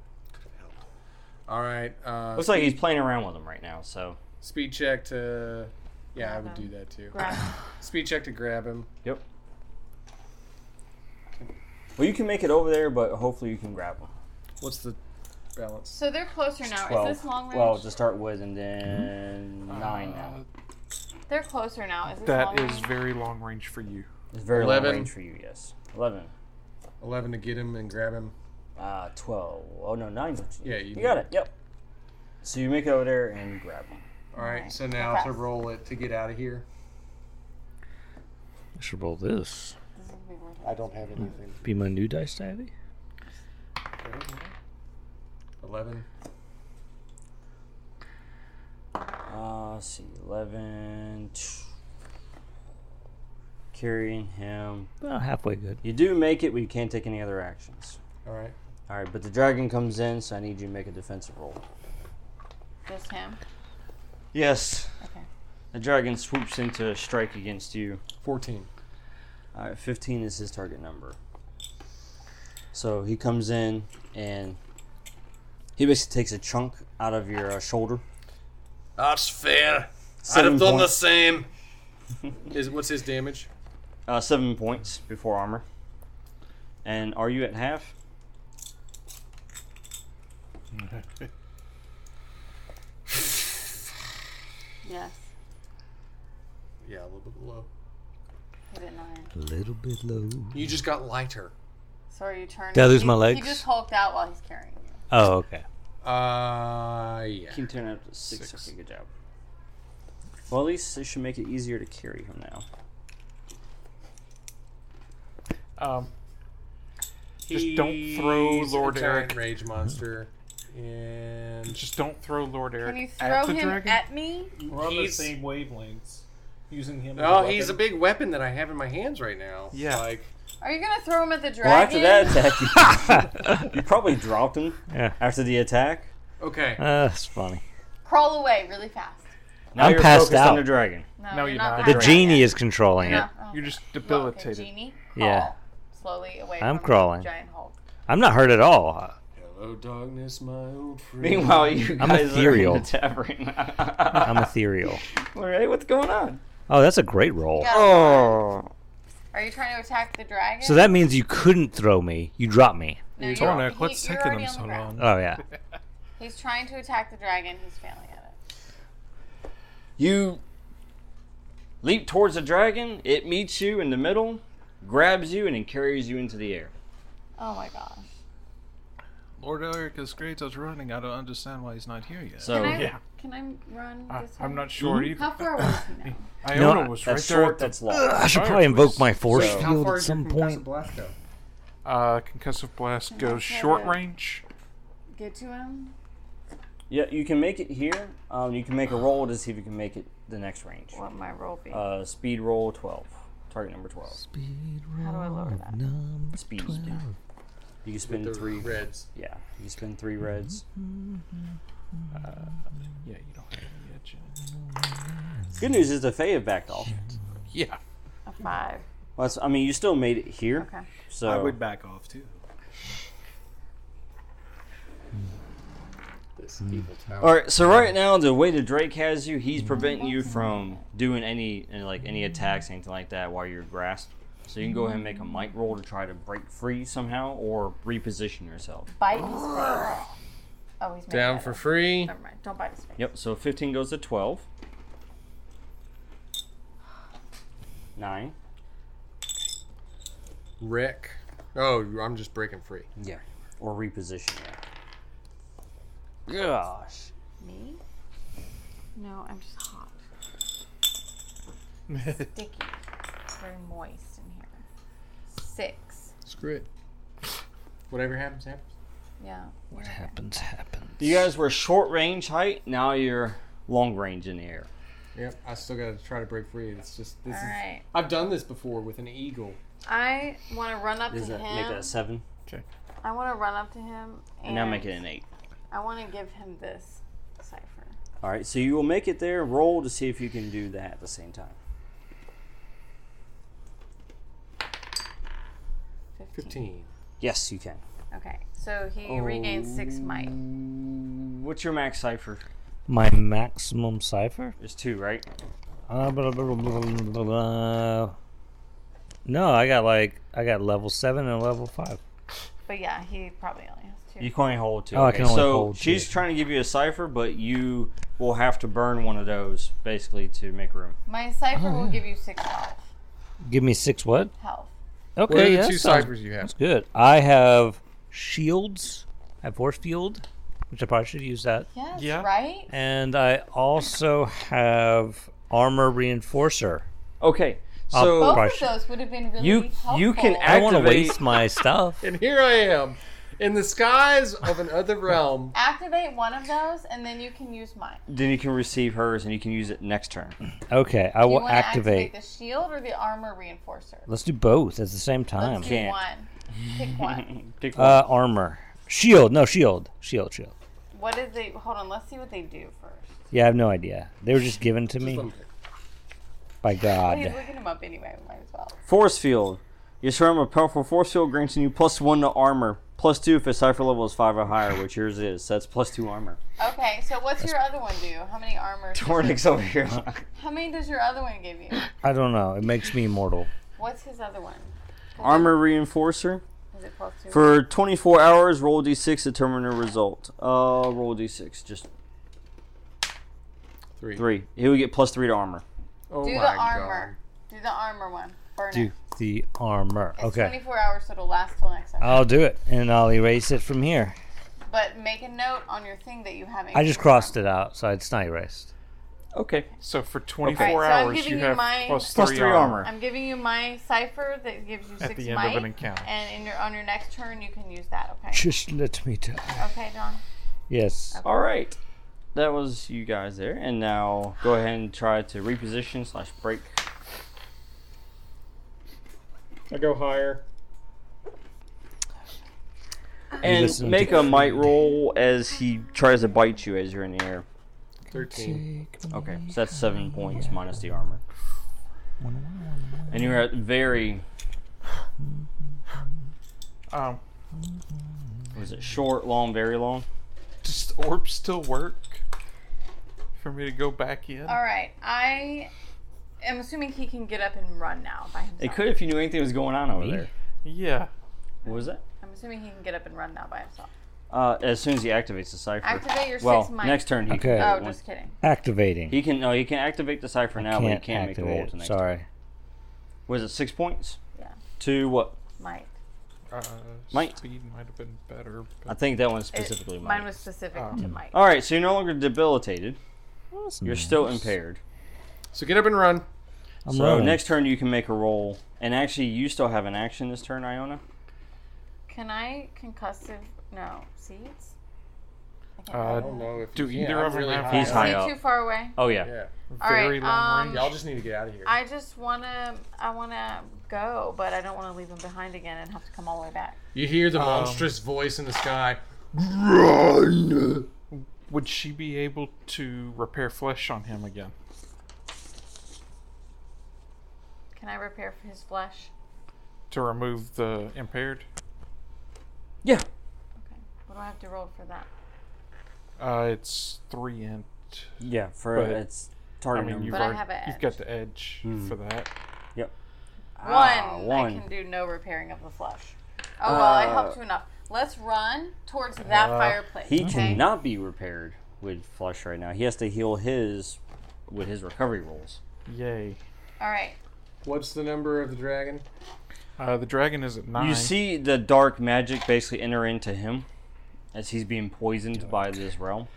Alright, uh,
Looks like he's playing around with him right now. So
speed check to. Yeah, I would do
Grab
that too.
Grab.
Speed check to grab him.
yep. Well, you can make it over there, but hopefully you can grab him.
What's the balance?
So they're closer now. Is this long range?
Well, to start with, and then nine now.
they're closer now. Is this long
That is
range?
very long range for you.
It's very
Eleven.
long range for you. Yes, eleven.
11 to get him and grab him.
Uh, 12. Oh, no, 9.
Yeah, you
you,
do.
got it. Yep. So you make it over there and grab him.
Alright, so now to roll it to get out of here.
I should roll this.
This would be worth it.
I don't have anything.
Be my new dice daddy.
11.
Uh, let's see. 11. tw- carrying him.
Well, halfway good.
You do make it, but you can't take any other actions.
All right.
All right, but the dragon comes in, so I need you to make a defensive roll.
Just him.
Yes.
Okay.
The dragon swoops in to strike against you.
14.
All right, 15 is his target number. So he comes in and he basically takes a chunk out of your uh, shoulder.
That's fair.
Seven, point-
same. Is what's his damage?
uh, seven points before armor. And are you at half?
Yes.
Yeah, a little bit low.
He's at nine.
A little bit low.
You just got lighter.
So are you turning?
Did I lose
he,
my
He
legs?
just hulked out while he's carrying you.
Oh, okay.
Uh, yeah.
Can turn up to six.
Six.
Okay, good job. Well, at least it should make it easier to carry him now.
Um, Just don't throw
He's a
Lord
giant
Eric.
Rage monster. And
just don't throw Lord Eric
Can you
at
throw
the
him
dragon.
at me?
We're on
He's-
the same wavelengths. Using him. as
oh, he's a
weapon.
big weapon that I have in my hands right now.
Yeah.
Like
Are you gonna throw him at the dragon?
Well, after that attack, you, you probably dropped him
Yeah.
after the attack.
okay.
Uh, that's funny.
crawl away really fast.
Now
I'm
you're
passed
focused on
out.
the dragon.
No,
No, you're not.
The
fast
genie
yet.
is controlling
No.
it.
Oh,
You're just
look, a
debilitated.
genie. Crawl
Yeah.
Slowly away. from
I'm
the
crawling.
Giant Hulk.
I'm not hurt at all.
Hello, darkness, my old friend.
Meanwhile, you
I'm
guys are
ethereal.
in the tavern.
I'm ethereal.
Alright, what's going on?
Oh, that's a great roll.
Yeah.
Oh.
Are you trying to attack the dragon?
So that means you couldn't throw me. You dropped me.
No, you're,
Tornak,
he-
what's
you're
taking
already
him
on the
so
ground.
long?
Oh yeah.
He's trying to attack the dragon. He's failing at it.
You leap towards the dragon, it meets you in the middle, grabs you, and then carries you into the air.
Oh my gosh.
Lord Eric is great at running. I don't understand why he's not here yet.
So
Can I?
yeah.
Can I run?
I,
this Mm-hmm.
I'm
way?
not sure either.
How far away is he now?
Iona
No,
was right
that's
there.
short,
at
that's long.
I should probably invoke my force
So-
field at some point.
Blasco?
the- uh, concussive blast goes short range.
Get to him.
Yeah, you can make it here. Um, you can make a roll to see if you can make it the next range.
What my roll be?
Uh, speed roll 12. Target number 12.
How do I lower that?
Speed. speed. You can
The
spend
three
three.
reds.
Yeah, you can spend three reds.
Yeah, you don't have any yet, Jen.
Good news is the Fae have backed off.
Yeah.
A five.
Well, that's, I mean, you still made it here.
Okay.
So
I would back off too.
This evil tower.
All right, so right now the way that Drake has you, he's preventing you from doing any any, like any attacks, anything like that, while you're grasped. So you can go ahead and make a mic roll to try to break free somehow or reposition yourself.
Bite his face. Oh, he's made
Down
that
for
up.
free.
Never mind. Don't bite his face.
Yep. So 15 goes to 12. Nine.
Rick. Oh, I'm just breaking free.
Yeah. Or reposition. Gosh.
Me? No, I'm just hot. Sticky. It's very moist in here. Six.
Screw it. Whatever happens, happens.
Yeah.
What happens, happens.
You guys were short range height. Now you're long range in the air.
Yep, I still gotta try to break free. It's just this
All
is.
right.
I've done this before with an eagle.
I want to run up
Does
to
that
him.
make that a seven?
I want to run up to him. And
And now make it an eight.
I want to give him this cipher.
All right, so you will make it there. Roll to see if you can do that at the same time.
15.
Fifteen.
Yes, you can.
Okay. So he
Oh.
regains six might.
What's your max cipher?
My maximum cipher?
It's two, right?
Uh, blah, blah, blah, blah, blah, blah, blah. No, I got like I got level seven and level five.
But yeah, he probably only has two.
You can only hold two.
Oh, I can only
so
hold two.
she's trying to give you a cipher, but you will have to burn one of those basically to make room.
My cipher
Oh.
will give you six health.
Give me six what?
Health.
What
Okay,
are
yeah,
the
that
two
sounds-
ciphers you
That's
have?
good. I have shields. I have force field, which I probably should use that.
Yes.
Yeah.
Right.
And I also have armor reinforcer.
Okay,
I'll
so
Both
Brush.
of those would have been really
Oh You-
helpful.
you can
I don't want to
Activate-
waste my stuff.
And here I am. in the skies of an other realm.
Activate one of those, and then you can use mine.
Then you can receive hers and you can use it next turn.
Okay, I
Do you
will
want to activate
activate.
the shield or the armor reinforcer?
Let's do both at the same time.
Let's do
Can't.
one. Pick one.
Pick one.
Uh, armor, shield. No shield. Shield. Shield.
What is they? Hold on. Let's see what they do first.
Yeah, I have no idea. They were just given to me
Well,
by
he's
God.
looking them up anyway. We might as well.
Force field. Your surround a powerful force field grants you plus one to armor, plus two if its cipher level is five or higher, which yours is. So that's plus two armor.
Okay. So what's your other one do? How many armor?
Tornix over here.
How many does your other one give you?
I don't know. It makes me immortal.
What's his other one?
armor reinforcer.
Is it plus two?
For 24 hours, roll d6, determine the result. Uh, roll d6, just
Three.
three. He would get plus three to armor.
Oh
do
my
the armor. Do the armor one. Burn
Do
it.
the armor.
It's
Okay. Oh.
24 hours, so it'll last till next time.
I'll do it, and I'll erase it from here.
but make a note on your thing that you haven't.
I just crossed it out, so it's not erased.
Okay.
So for 24
Alright, so I'm
hours,
giving
you
you
have
mine-
plus three,
Plus three armor.
I'm giving you my cipher that gives you
At
six
the end of
might,
an encounter.
and in your on your next turn you can use that. Okay.
Just let me die.
Okay, Don.
Yes.
All right. That was you guys there, and now go ahead and try to reposition slash break.
I go higher.
And
listening
make
Uh-huh. to-
a might roll as he tries to bite you as you're in the air.
Thirteen.
Okay, so that's seven points minus the armor. And you're at very
Um,
was it short, long, very long?
does the orb still work for me to go back in?
All right. I am assuming he can get up and run now by himself.
It could if you knew anything was going on over there.
Yeah.
What was that?
I'm assuming he can get up and run now by himself.
Uh, as soon as he activates the cipher.
Activate your
well,
six might.
next turn he
Okay.
can.
Oh,
get one.
just kidding.
Activating.
He can no, he can activate the cipher now, but he
Can't
can't make the roll
activate.
to
it.
next. turn.
Sorry.
Was it six points?
Yeah.
To what?
Might.
Uh,
Might.
Speed might have been better.
I
But
think that one
It-
specifically. might.
Uh,
Oh.
mine was specific to Mike.
All right, so you're no longer debilitated.
Awesome.
You're still impaired.
So get up and run.
I'm
so
rolling.
next turn you can make a roll, and actually you still have an action this turn, Iona.
Can I concussive? No. Seeds?
uh,
know if
Do either of them have-
He's high
Is
up.
he too far away?
Oh yeah.
Yeah.
very
All right,
long
um,
range.
Y'all just need to get out of here.
I just wanna, I wanna go, but I don't wanna leave him behind again and have to come all the way back.
You hear
Um,
the monstrous voice in the sky.
Would she be able to repair flesh on him again?
Can I repair his flesh?
To remove the impaired?
Yeah.
Okay. What do I have to roll for that?
Uh, it's three and.
Yeah. For
But-
it's
I
target
mean,
number.
you've,
But I
already,
have an
you've
edge.
got the edge
Hmm.
for that.
One.
Ah,
I
one. Uh,
can do no repairing of the flesh. Oh well, I helped you enough. Let's run towards that fireplace.
He
okay?
cannot be repaired with flush right now. He has to heal his with his recovery rolls.
Yay.
All right.
What's the number of the dragon?
Uh, the dragon is at nine.
You see the dark magic basically enter into him as he's being poisoned by this realm.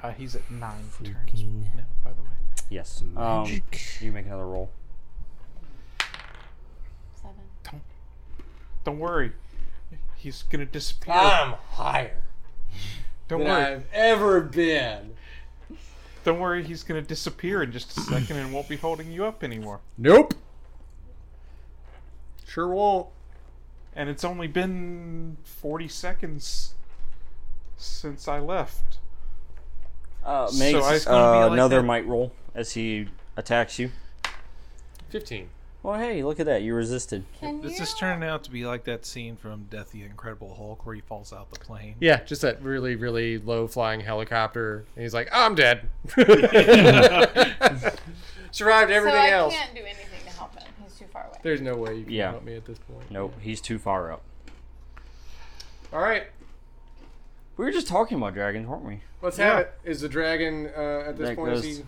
Uh, he's at nine turns now, by the way.
Yes. Um, you make another roll.
Seven.
Don't worry. He's gonna disappear.
Ah,
higher
Don't
than
worry.
I've ever been.
Don't worry. He's gonna disappear in just a second and won't be holding you up anymore.
Nope. Sure won't.
And it's only been forty seconds since I left.
Uh,
So
makes
I was gonna be
uh,
like
another
that.
might roll as he attacks you.
Fifteen.
Well, hey, look at that. You resisted.
Can
This
you?
is turning out to be like that scene from Death the Incredible Hulk where he falls out the plane.
Yeah, just that really, really low flying helicopter, and he's like, "I'm dead." Survived
so
everything
I
else.
can't do anything to help him. He's too far away.
There's no way you can
Yeah.
help me at this point.
Nope, he's too far up.
All right,
We were just talking about dragons, weren't we?
let's
Yeah.
have it. Is the dragon uh, at this
That
point?
goes-
Is he...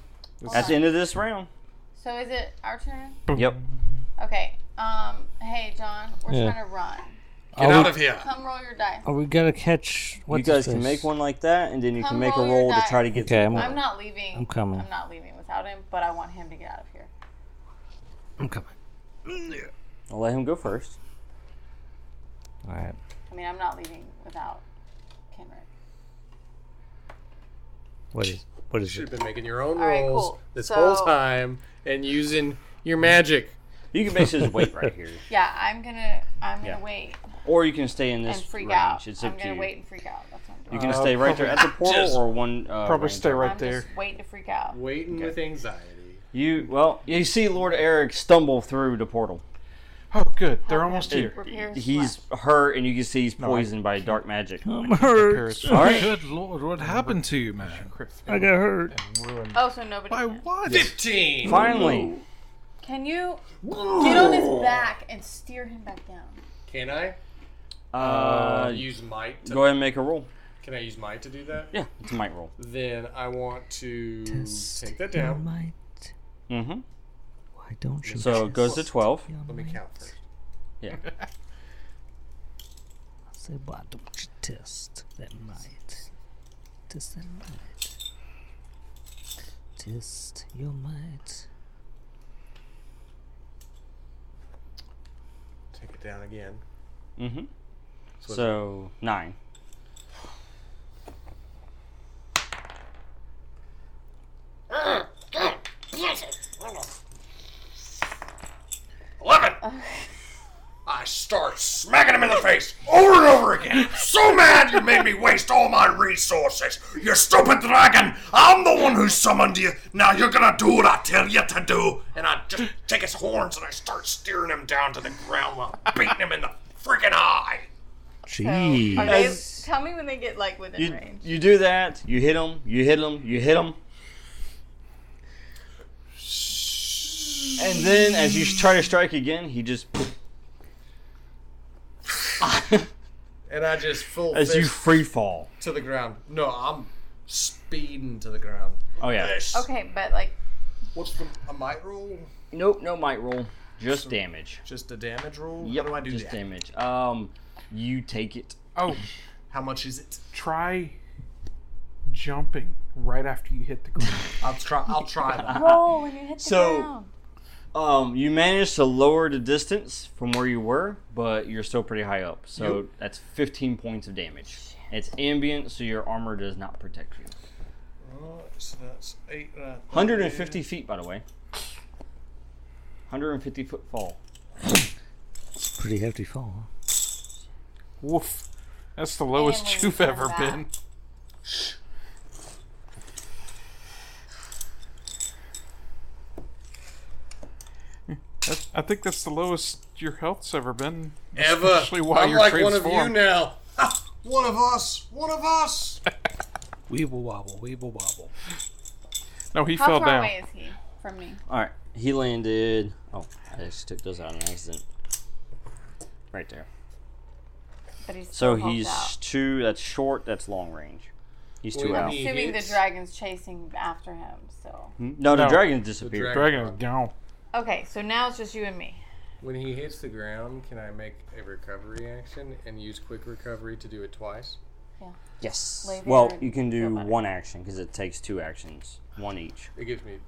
At the end of this round.
So is it our turn?
Yep.
Okay. Um. Hey, John. We're
Yeah.
trying to run.
Get out of here.
Come roll your dice.
Are Oh, we gonna catch? What
you guys can make one like that, and then you
Come
can make a
roll your
roll to
dice.
try to get.
Okay, I'm,
I'm not leaving.
I'm coming.
I'm not leaving without him, but I want him to get out of here.
I'm coming.
I'll let him go first.
All right.
I'm I mean, I'm not leaving without Kenrick.
What is what is
Should
it?
have been making your own
All right,
rolls
cool.
this
So-
whole time and using your magic.
You can base his weight right here,
Yeah, I'm gonna I'm gonna
Yeah.
wait
or you can stay in this
and freak
range.
out.
It's up
I'm
to
gonna
you.
wait and freak out. That's what I'm doing.
You can
Uh,
stay right there at the portal
just-
or one. Uh,
Probably
range
stay
over.
right
I'm
there.
just waiting to freak out.
Waiting with anxiety.
You well, you see Lord Eric stumble through the portal.
Oh, good. They're almost
It-
here.
Repairs
he's
left.
hurt, and you can see he's
I-
poisoned by dark magic.
Paris
All right,
Good lord, what happened to you, man?
I got hurt.
and ruin
Oh, so nobody.
By
Can.
what?
Fifteen.
finally,
can you get on his back and steer him back down?
Can I
uh,
use might? To,
go ahead and make a roll.
Can I use might to do that?
Yeah, it's a might roll.
Then I want to take that down.
Might.
Mm-hmm.
Why don't you?
So it goes to twelve.
Let me count first.
Yeah.
Say, why
um
don't you test that might? Test that might. Test your might.
Take it down again.
Mm-hmm. So nine.
Eleven. I start smacking him in the face over and over again. So mad you made me waste all my resources. You stupid dragon! I'm the one who summoned you. Now you're gonna do what I tell you to do. And I just take his horns and I start steering him down to the ground while beating him in the freaking eye.
So, are they,
Jeez.
tell me when they get like within
You
range.
you do that. You hit him. You hit him. You hit him. And then, as you try to strike again, he just
And I just full
as you free fall.
to the ground. No, I'm speeding to the ground.
Oh yeah.
Okay, but like
What's the a might rule?
Nope. No might roll. Just damage.
Just a damage rule?
Yep.
How do I do
just
that?
damage. Um, you take it.
Oh,
How much is it?
try jumping right after you hit the ground.
I'll try. I'll try that.
roll when you hit the
So-
ground.
Um, you managed to lower the distance from where you were, but you're still pretty high up. So that's 15 points of damage. It's ambient, so your armor does not protect you.
Alright, so that's eight. Uh,
150 feet, by the way. 150 foot fall.
It's pretty hefty fall.
Woof. That's the lowest
And when
you've
we
ever
come
been. That's- I think that's the lowest your health's ever been.
Ever.
Especially while
I'm
you're
like one of you
transformed.
now. Ah, one of us. One of us.
Weeble wobble, weeble wobble.
No, he
How
fell
far
down.
away is he from me?
All right, he landed. Oh, I just took those out on accident. Right there.
But he's
So
still holds
he's
out.
two. That's short. That's long range. He's two
Wait,
out.
he
assuming the
hits.
dragon's chasing after him. So
Hmm? No, the
No.
dragon disappeared.
dragon-
Dragon is gone.
okay, so now it's just you and me.
When he hits the ground, can I make a recovery action and use quick recovery to do it twice?
yes.
Lay there
Well,
and
you can
feel
do
better.
one action because it takes two actions, one each.
It gives me.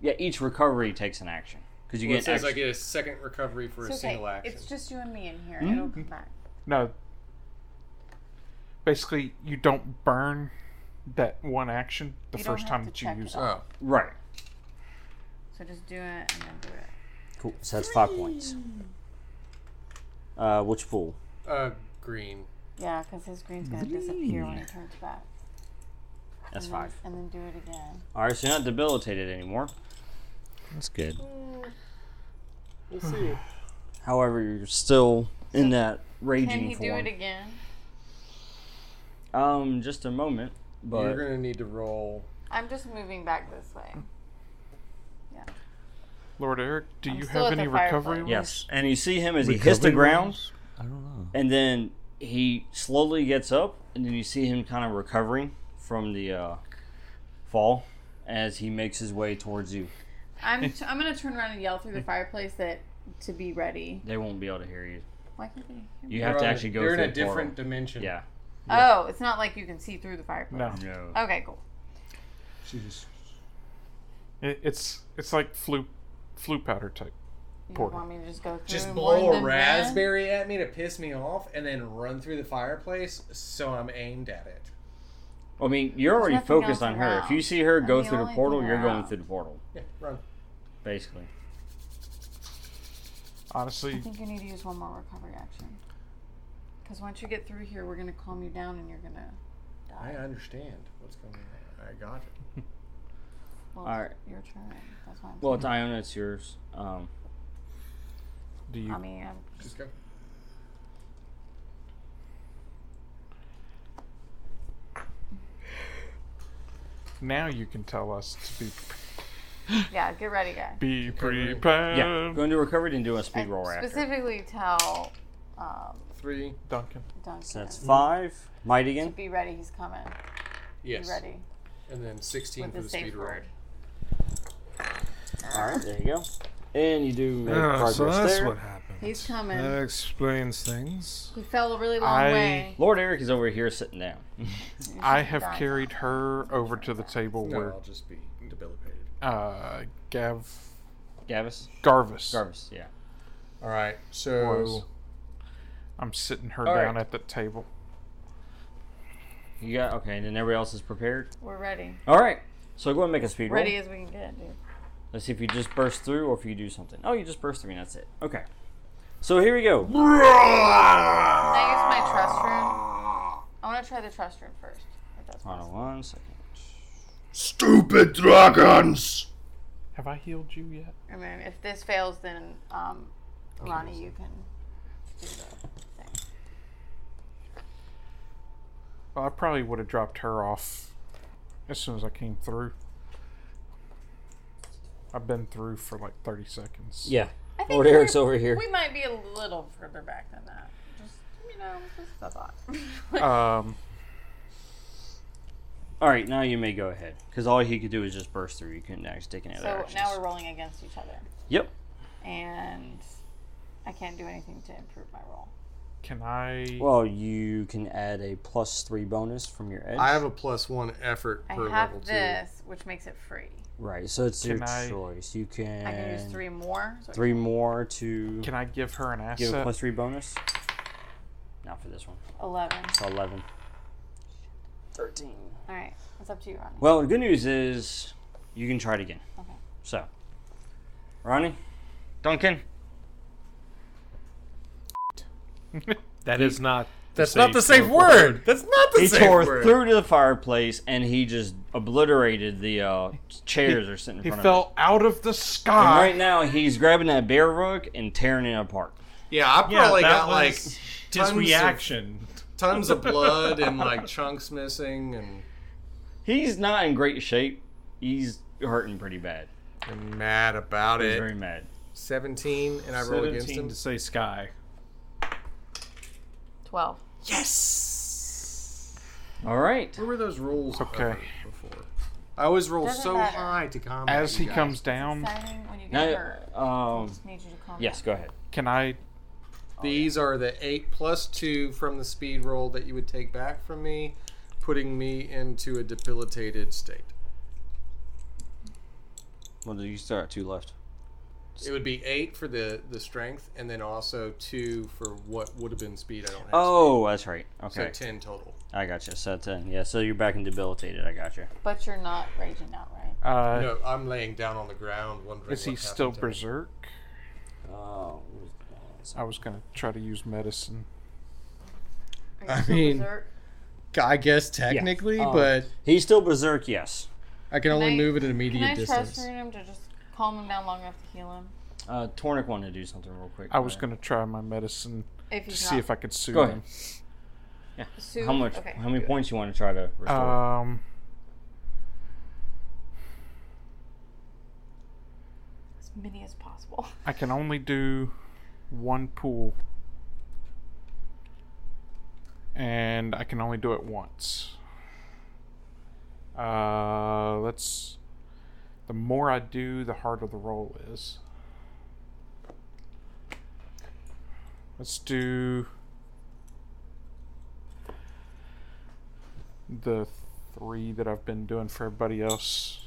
Yeah, each recovery takes an action because you
Well, it
get. an
says I
action-
get a second recovery for a
It's
single
okay.
action.
It's just you and me in here. It'll come back.
No. Basically, you don't burn that one action the
You don't
first
have
time
to
that you
check
use
it.
it.
oh,
Right.
So just do it and then do it.
Cool. So that's five points. Uh, which pool?
uh, green.
Yeah, because his green's gonna disappear when it turns back.
That's
Mm.
And then-
five.
And then do it again.
All right, so you're not debilitated anymore.
That's good.
We'll see.
However, you're still in that raging
Can he do
form.
it again?
um, just a moment, but
You're gonna need to roll.
I'm just moving back this way.
Lord Eric, do
I'm
you
still
have
at the
any
fireplace.
recovery?
yes. And you see him as he hits the
Recovery
ground,
rolls? I don't know.
and then he slowly gets up, and then you see him kind of recovering from the uh, fall as he makes his way towards you.
I'm t- I'm gonna turn around and yell through the fireplace that to be ready.
They won't be able to hear you.
Why can't they? hear me?
You have to actually go
You're
through
in a
the portal.
different dimension.
Yeah.
Oh, it's not like you can see through the fireplace.
No.
No.
Okay, cool.
She just
It- It's it's like flu flu powder type.
You
Portal.
want me to just go through
Just
and
blow
warn
a
them then?
raspberry at me to piss me off, and then run through the fireplace so I'm aimed at it.
I mean, you're already
nothing
focused
else
on her. If you
around.
see her
I'm
go
the
through the
only
portal,
thing
you're going
around.
through the portal,
Yeah, run.
basically.
I
Honestly,
think you need to use one more recovery action. Because once you get through here, we're going to calm you down and you're going to
I understand what's going on. I got it.
Well,
All
it's Your turn. That's why I'm
Well, it's Iona, it's yours. Um,
do
saying. I
you
mean, um, I'm,
Just go.
now you can tell us to be
yeah, get ready, guy.
be
Recovery.
prepared,
Uh,
yeah, go into recovery and do a speed
And
roll after.
specifically tell um,
Three.
Duncan.
Duncan
So that's five. Might
to
again.
be ready. He's coming.
Yes.
Be ready
And then 16
with
for
the
the speed
safe
roll.
word.
All right, there you go. And you do make
Ah,
progress
so that's
there.
what happened.
He's coming.
That explains things.
He fell a really long
I-
way.
Lord Eric is over here sitting down.
I have carried her over to the table
No,
where
I'll just be debilitated.
uh, Gav
Gavis?
Garvis
Garvis, yeah.
All right,
was.
so
I'm sitting her
All
down
right.
at the table.
You got, okay, and then everybody else is prepared.
We're ready.
All right, so go ahead and make a speed roll.
Ready as we can get, dude.
Let's see if you just burst through or if you do something. Oh, you just burst through, and that's it. Okay. So here we go.
Can I use my trust room? I want to try the trust room first. If that's
Hold on
possible.
one second.
stupid dragons.
Have I healed you yet?
And then if this fails, then um, Ronnie, you can do the thing.
Well, I probably would have dropped her off as soon as I came through. I've been through for like 30 seconds.
Yeah.
I think
Lord Eric's
we're-
over here.
We might be a little further back than that. Just you know, just a thought.
Um,
All right, now you may go ahead. Because all he could do is just burst through. You couldn't actually take any other
so
actions.
now we're rolling against each other,
Yep.
and I can't do anything to improve my roll.
can I?
Well, you can add a plus three bonus from your edge.
I have a plus one effort
I
per level
have
two.
this, which makes it free.
Right, so it's your
Can I-
choice. You can,
I can use three more. So
three more to
can I give her an
give a
asset?
plus three bonus. Not for this one.
eleven.
It's eleven. Thirteen.
All right, it's up to you, Ronnie.
Well, the good news is you can try it again.
Okay.
So, Ronnie, Duncan,
That is not.
That's
not the safe word.
That's not the
he tore through to the fireplace and he just obliterated the uh, chairs that are sitting in
he
front of him.
fell out of the
And
sky.
right now he's grabbing that bear rug and tearing it apart.
Yeah, I
Yeah,
probably
that
got
was
like
his
tons
reaction.
of tons of blood and like chunks missing and,
He's not in great shape. He's hurting pretty bad.
I'm mad about
He's
it.
very mad.
Seventeen, and I roll against
17
him.
to say sky.
Twelve.
Yes.
All right.
Where were those rolls?
Okay.
ever Before I always roll
Doesn't
so
matter.
high to combat.
As
you
he
guys.
comes down,
Exciting when you get
Now,
hurt.
um,
Just need you to calm
yes,
down.
go ahead.
can I?
These are the eight plus two from the speed roll that you would take back from me, putting me into a debilitated state.
Well, do you start at two left?
It would be eight for the the strength, and then also two for what would have been speed. I don't have.
Oh, that's right.
speed.
Okay,
so ten total.
I got you. So ten. Yeah. So you're back and debilitated. I got you.
But you're not raging out, right?
Uh,
No, I'm laying down on the ground wondering.
Is he
what happened
still
to me.
berserk?
Oh,
I was gonna try to use medicine.
Are you
I
still
mean,
berserk?
I guess technically,
Um,
but
he's still berserk. Yes.
I can only
I-
move at
Can
an
I
immediate
trust
distance.
him to just calm him down long enough to heal him?
Uh, Tornik wanted to do something real quick.
I was
but-
gonna try my medicine
If
to
he's
see
not
if I could soothe
Go ahead.
him.
soothed-
How much?
Okay.
How many points you want to try to restore?
Um,
As many as possible.
I can only do one pool, and I can only do it once. Uh, let's. The more I do, the harder the roll is. Let's do the three that I've been doing for everybody else.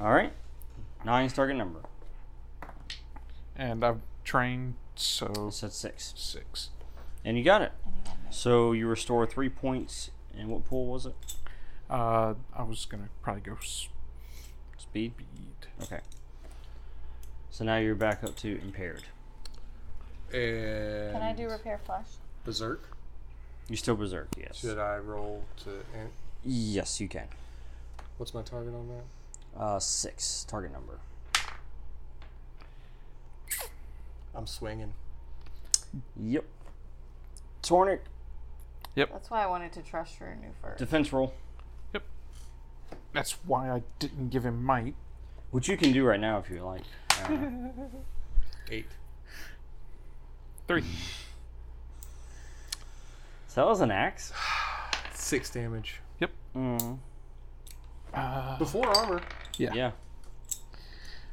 All right. Nine's target number.
and I've trained so
So that's six.
six.
And you got it. So you restore three points. And what pool was it?
Uh, I was gonna probably go speed.
Speed. Okay. So now you're back up to impaired.
And
Can I do repair flush?
berserk?
You still berserk, yes.
Should I roll to? and-
Yes, you can.
What's my target on that?
Uh, six target number.
I'm swinging.
Yep. Tornic
That's why I wanted to trust Runu first.
defense roll.
That's why I didn't give him might.
Which you can do right now if you like. Uh,
Eight.
Three.
so that was an axe.
Six damage.
Mm,
Uh,
Before armor.
yeah.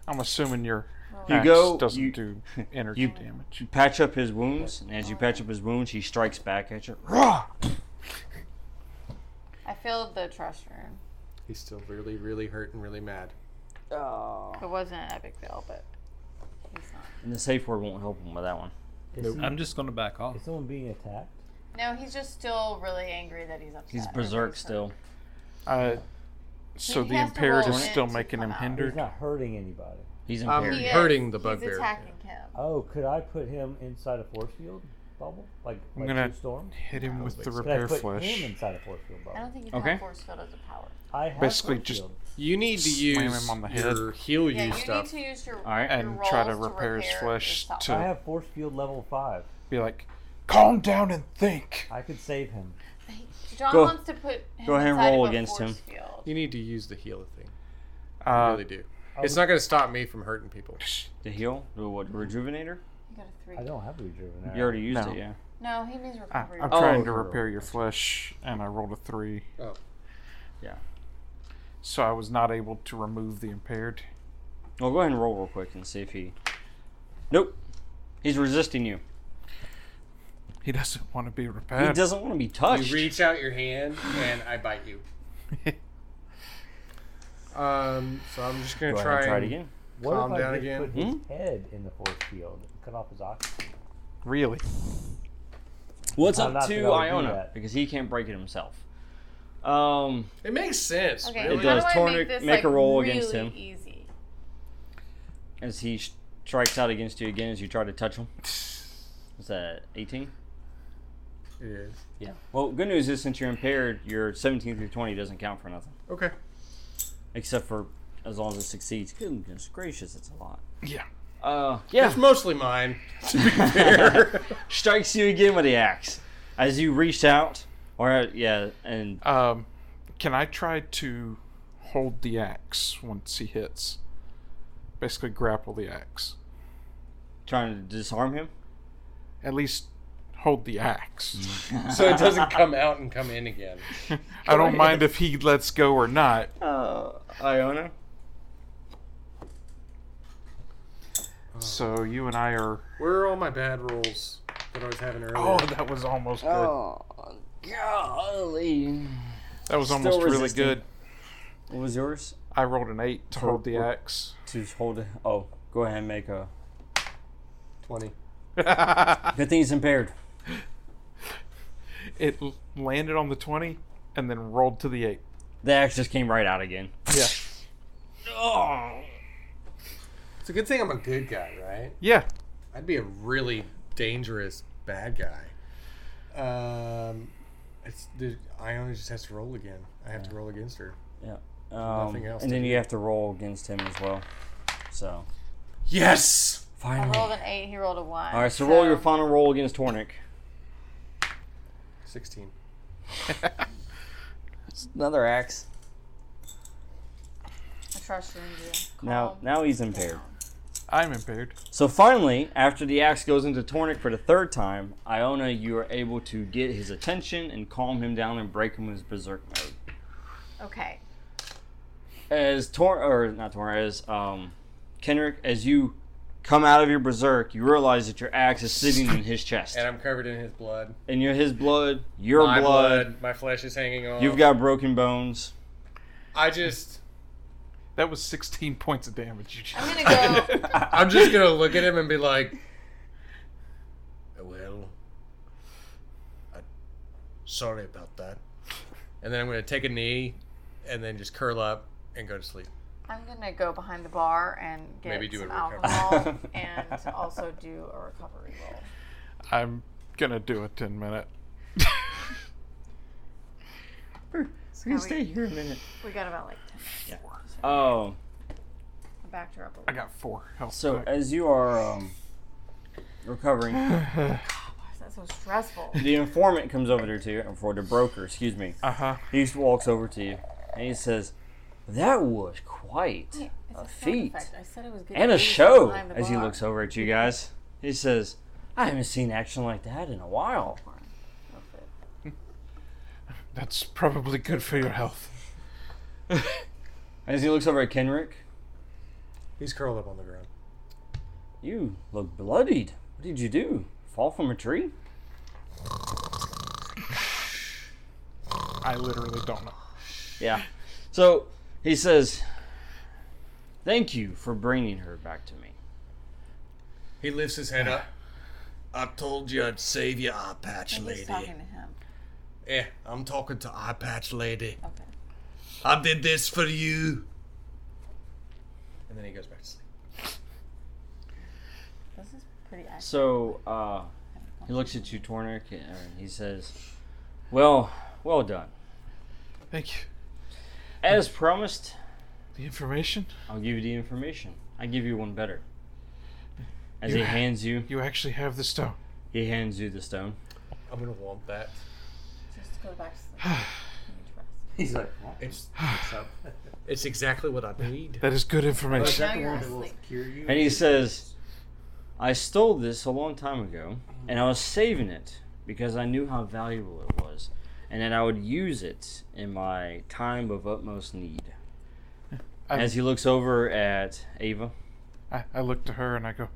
I'm assuming your
You
axe
go-
doesn't
you-
do energy damage.
You patch up his wounds, and as you patch up his wounds, he strikes back at you.
I filled the trust room.
He's still really, really hurt and really mad.
It wasn't an epic fail, but he's not.
And the safe word won't help him with that one.
I'm just going to back off.
Is someone being attacked?
No, he's just still really angry that he's upset.
He's
or
berserk
he's
still.
Uh, so
He
the
has to
impaired
roll
is
in
still
to
making
come
him
out.
hindered.
not hurting anybody.
He's
Um,
impaired.
He is.
Hurting the
He's
bugbear.
attacking him.
Oh, could I put him inside a force field bubble? Like,
I'm
like
gonna
True storm?
Hit him with the
Could
repair
I put
flesh.
him inside a force field
I
bubble?
don't think you
Okay.
have force field as a power.
I have
Basically
force
just-
field.
You need to
Slam
use
him on the head.
your heal you
Yeah, you
stuff.
need to use your
right,
your
and try to
rolls
repair his flesh
yourself.
to-
I have force field level five.
Be like, calm down and think.
I could save him.
John
Go-
wants to put him
go ahead and
inside
roll
of a
against
force
him.
Field.
You need to use the heal thing. You
Uh,
really do. It's not going to stop me from hurting people.
The heal? The what? Rejuvenator?
You got a three.
I don't have rejuvenate.
You already used
No.
it, yeah.
No, he means
I,
recovery.
I'm
Ah,
Oh.
trying to repair your flesh, and I rolled a three.
Oh.
Yeah.
So I was not able to remove the impaired.
Well, go ahead and roll real quick and see if he. Nope. He's resisting you.
He doesn't want to be repaired.
He doesn't want to be touched.
Uh, You reach out your hand and I bite you. um, so I'm just going
go ahead
to try,
and try it
and-
again.
What
Calm
if I
down
just
again.
put his head in the force field and cut off his oxygen?
Really?
What's
I'm
up
not gonna
to
do
Iona?
that.
Because he can't break it himself. Um,
It makes sense.
oh.
Okay,
really.
It
how
does.
do I
Tornic,
make this
make
like,
a roll
really
against him.
Easy.
as he sh- strikes out against you again as you try to touch him. Is that 18?
It is.
Yeah. Well, good news is since you're impaired, your 17 through 20 doesn't count for nothing.
Okay.
Except for as long as it succeeds. Goodness gracious, it's a lot.
Yeah.
Uh, yeah.
It's mostly mine, to be fair.
Strikes you again with the axe. As you reach out, or, uh, yeah, and
Um, can I try to hold the axe once he hits? Basically, grapple the axe.
trying to disarm him.
At least hold the axe.
so it doesn't come out and come in again.
I don't mind if he lets go or not. Oh.
Uh, Iona?
So you and I are.
Where are all my bad rolls that I was having earlier?
Oh, that was almost good.
Oh, golly.
that was
still
almost really
resisting.
good.
What was yours?
I rolled an eight to hold the axe.
To hold it. Oh, go ahead and make a.
20.
Good thing he's impaired.
It l- landed on the twenty and then rolled to the eight.
The axe just came right out again.
Yeah. Oh.
It's a good thing I'm a good guy, right?
Yeah.
I'd be a really dangerous bad guy. Um, it's the Iona just has to roll again. I have to roll against her.
Um,
Nothing else
And
to
then
do.
you have to roll against him as well. So
Yes.
I
finally.
rolled an eight. He rolled a one.
All right, so roll your final roll against Tornik.
Sixteen.
Another axe.
I trust Runu.
Now, now he's impaired.
I'm impaired.
So finally, after the axe goes into Tornik for the third time, Iona, you are able to get his attention and calm him down and break him with his berserk mode.
Okay.
as Tor or not Tor as um Kendrick, as you come out of your berserk, you realize that your axe is sitting in his chest,
And I'm covered in his blood.
and you're his blood, your
my
blood,
blood. My flesh is hanging on.
You've got broken bones.
I just.
That was 16 points of damage. You just...
I'm gonna go.
I'm just gonna look at him and be like, "Well, I, sorry about that." And then I'm gonna take a knee, and then just curl up and go to sleep.
I'm gonna go behind the bar and get
Maybe do
some
a recovery.
alcohol and also do a recovery roll.
I'm gonna do a 10 minute.
Now we-
stay here a minute.
We got about like ten.
Oh,
I backed her up a
I
little.
got four health.
so uh,
back.
as you are um, recovering,
That's so stressful.
the informant comes over there to you, or for the broker, excuse me.
Uh huh.
He just walks over to you and he says, "That was quite
It's
a
sound
feat
effect. I said it was good.
and a
music
show."
behind the
As he
bar.
looks over at you guys, he says, "I haven't seen action like that in a while."
That's probably good for your health.
As he looks over at Kenrick,
He's curled up on the ground.
You look bloodied. What did you do? Fall from a tree?
I literally don't know.
Yeah. So he says, Thank you for bringing her back to me.
He lifts his head up. I told you I'd save your eye patch,
I'm just
lady.
talking to him.
Yeah, I'm talking to eye patch lady.
Okay.
I did this for you. And then he goes back to sleep.
This is pretty accurate.
So uh, he looks at you, Tornik, and he says, Well, well done.
Thank you.
As promised,
The information?
I'll give you the information. I give you one better. As he hands you,
You actually have the stone.
he hands you the stone.
I'm gonna want that.
Just go back to sleep. I need to rest.
He's like, it's, it's, up. it's exactly what I need.
That is good
Oh,
information.
Now you're asleep.
And he says, I stole this a long time ago, and I was saving it because I knew how valuable it was, and that I would use it in my time of utmost need.
I'm-
As he looks over at Ava,
I, I look to her and I go,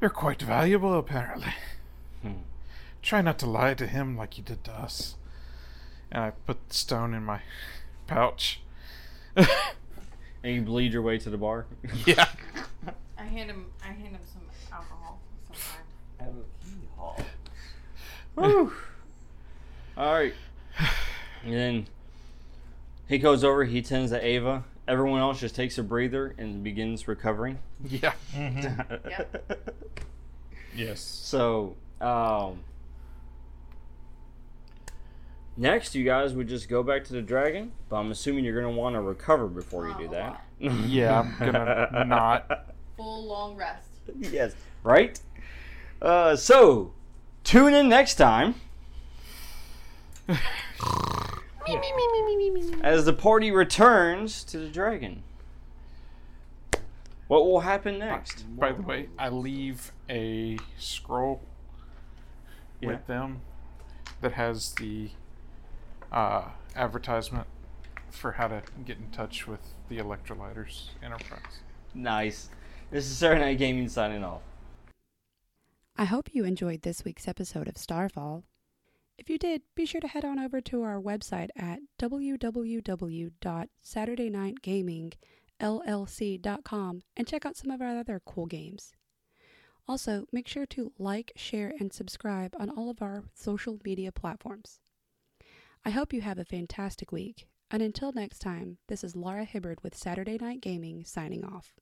You're quite valuable, apparently.
Hmm.
Try not to lie to him like you did to us. And I put the stone in my pouch.
and you bleed your way to the bar.
Yeah.
I hand him. I hand him some alcohol. of some kind.
All right. And then he goes over, he tends to Ava. Everyone else just takes a breather and begins recovering.
Yeah.
Yes.
So, um, next, you guys would just go back to the dragon, but I'm assuming you're going to want to recover before you do
Oh,
that.
Yeah, I'm gonna not.
Full long rest.
yes, right? Uh, so, tune in next time. As the party returns to the dragon, what will happen next?
By the way, I leave a scroll
Yeah.
with them that has the uh, advertisement for how to get in touch with the Electrolyters Enterprise.
Nice. This is Saturday Night Gaming signing off.
I hope you enjoyed this week's episode of Starfall. If you did, be sure to head on over to our website at www.saturdaynightgamingllc.com and check out some of our other cool games. Also, make sure to like, share, and subscribe on all of our social media platforms. I hope you have a fantastic week, and until next time, this is Laura Hibbard with Saturday Night Gaming signing off.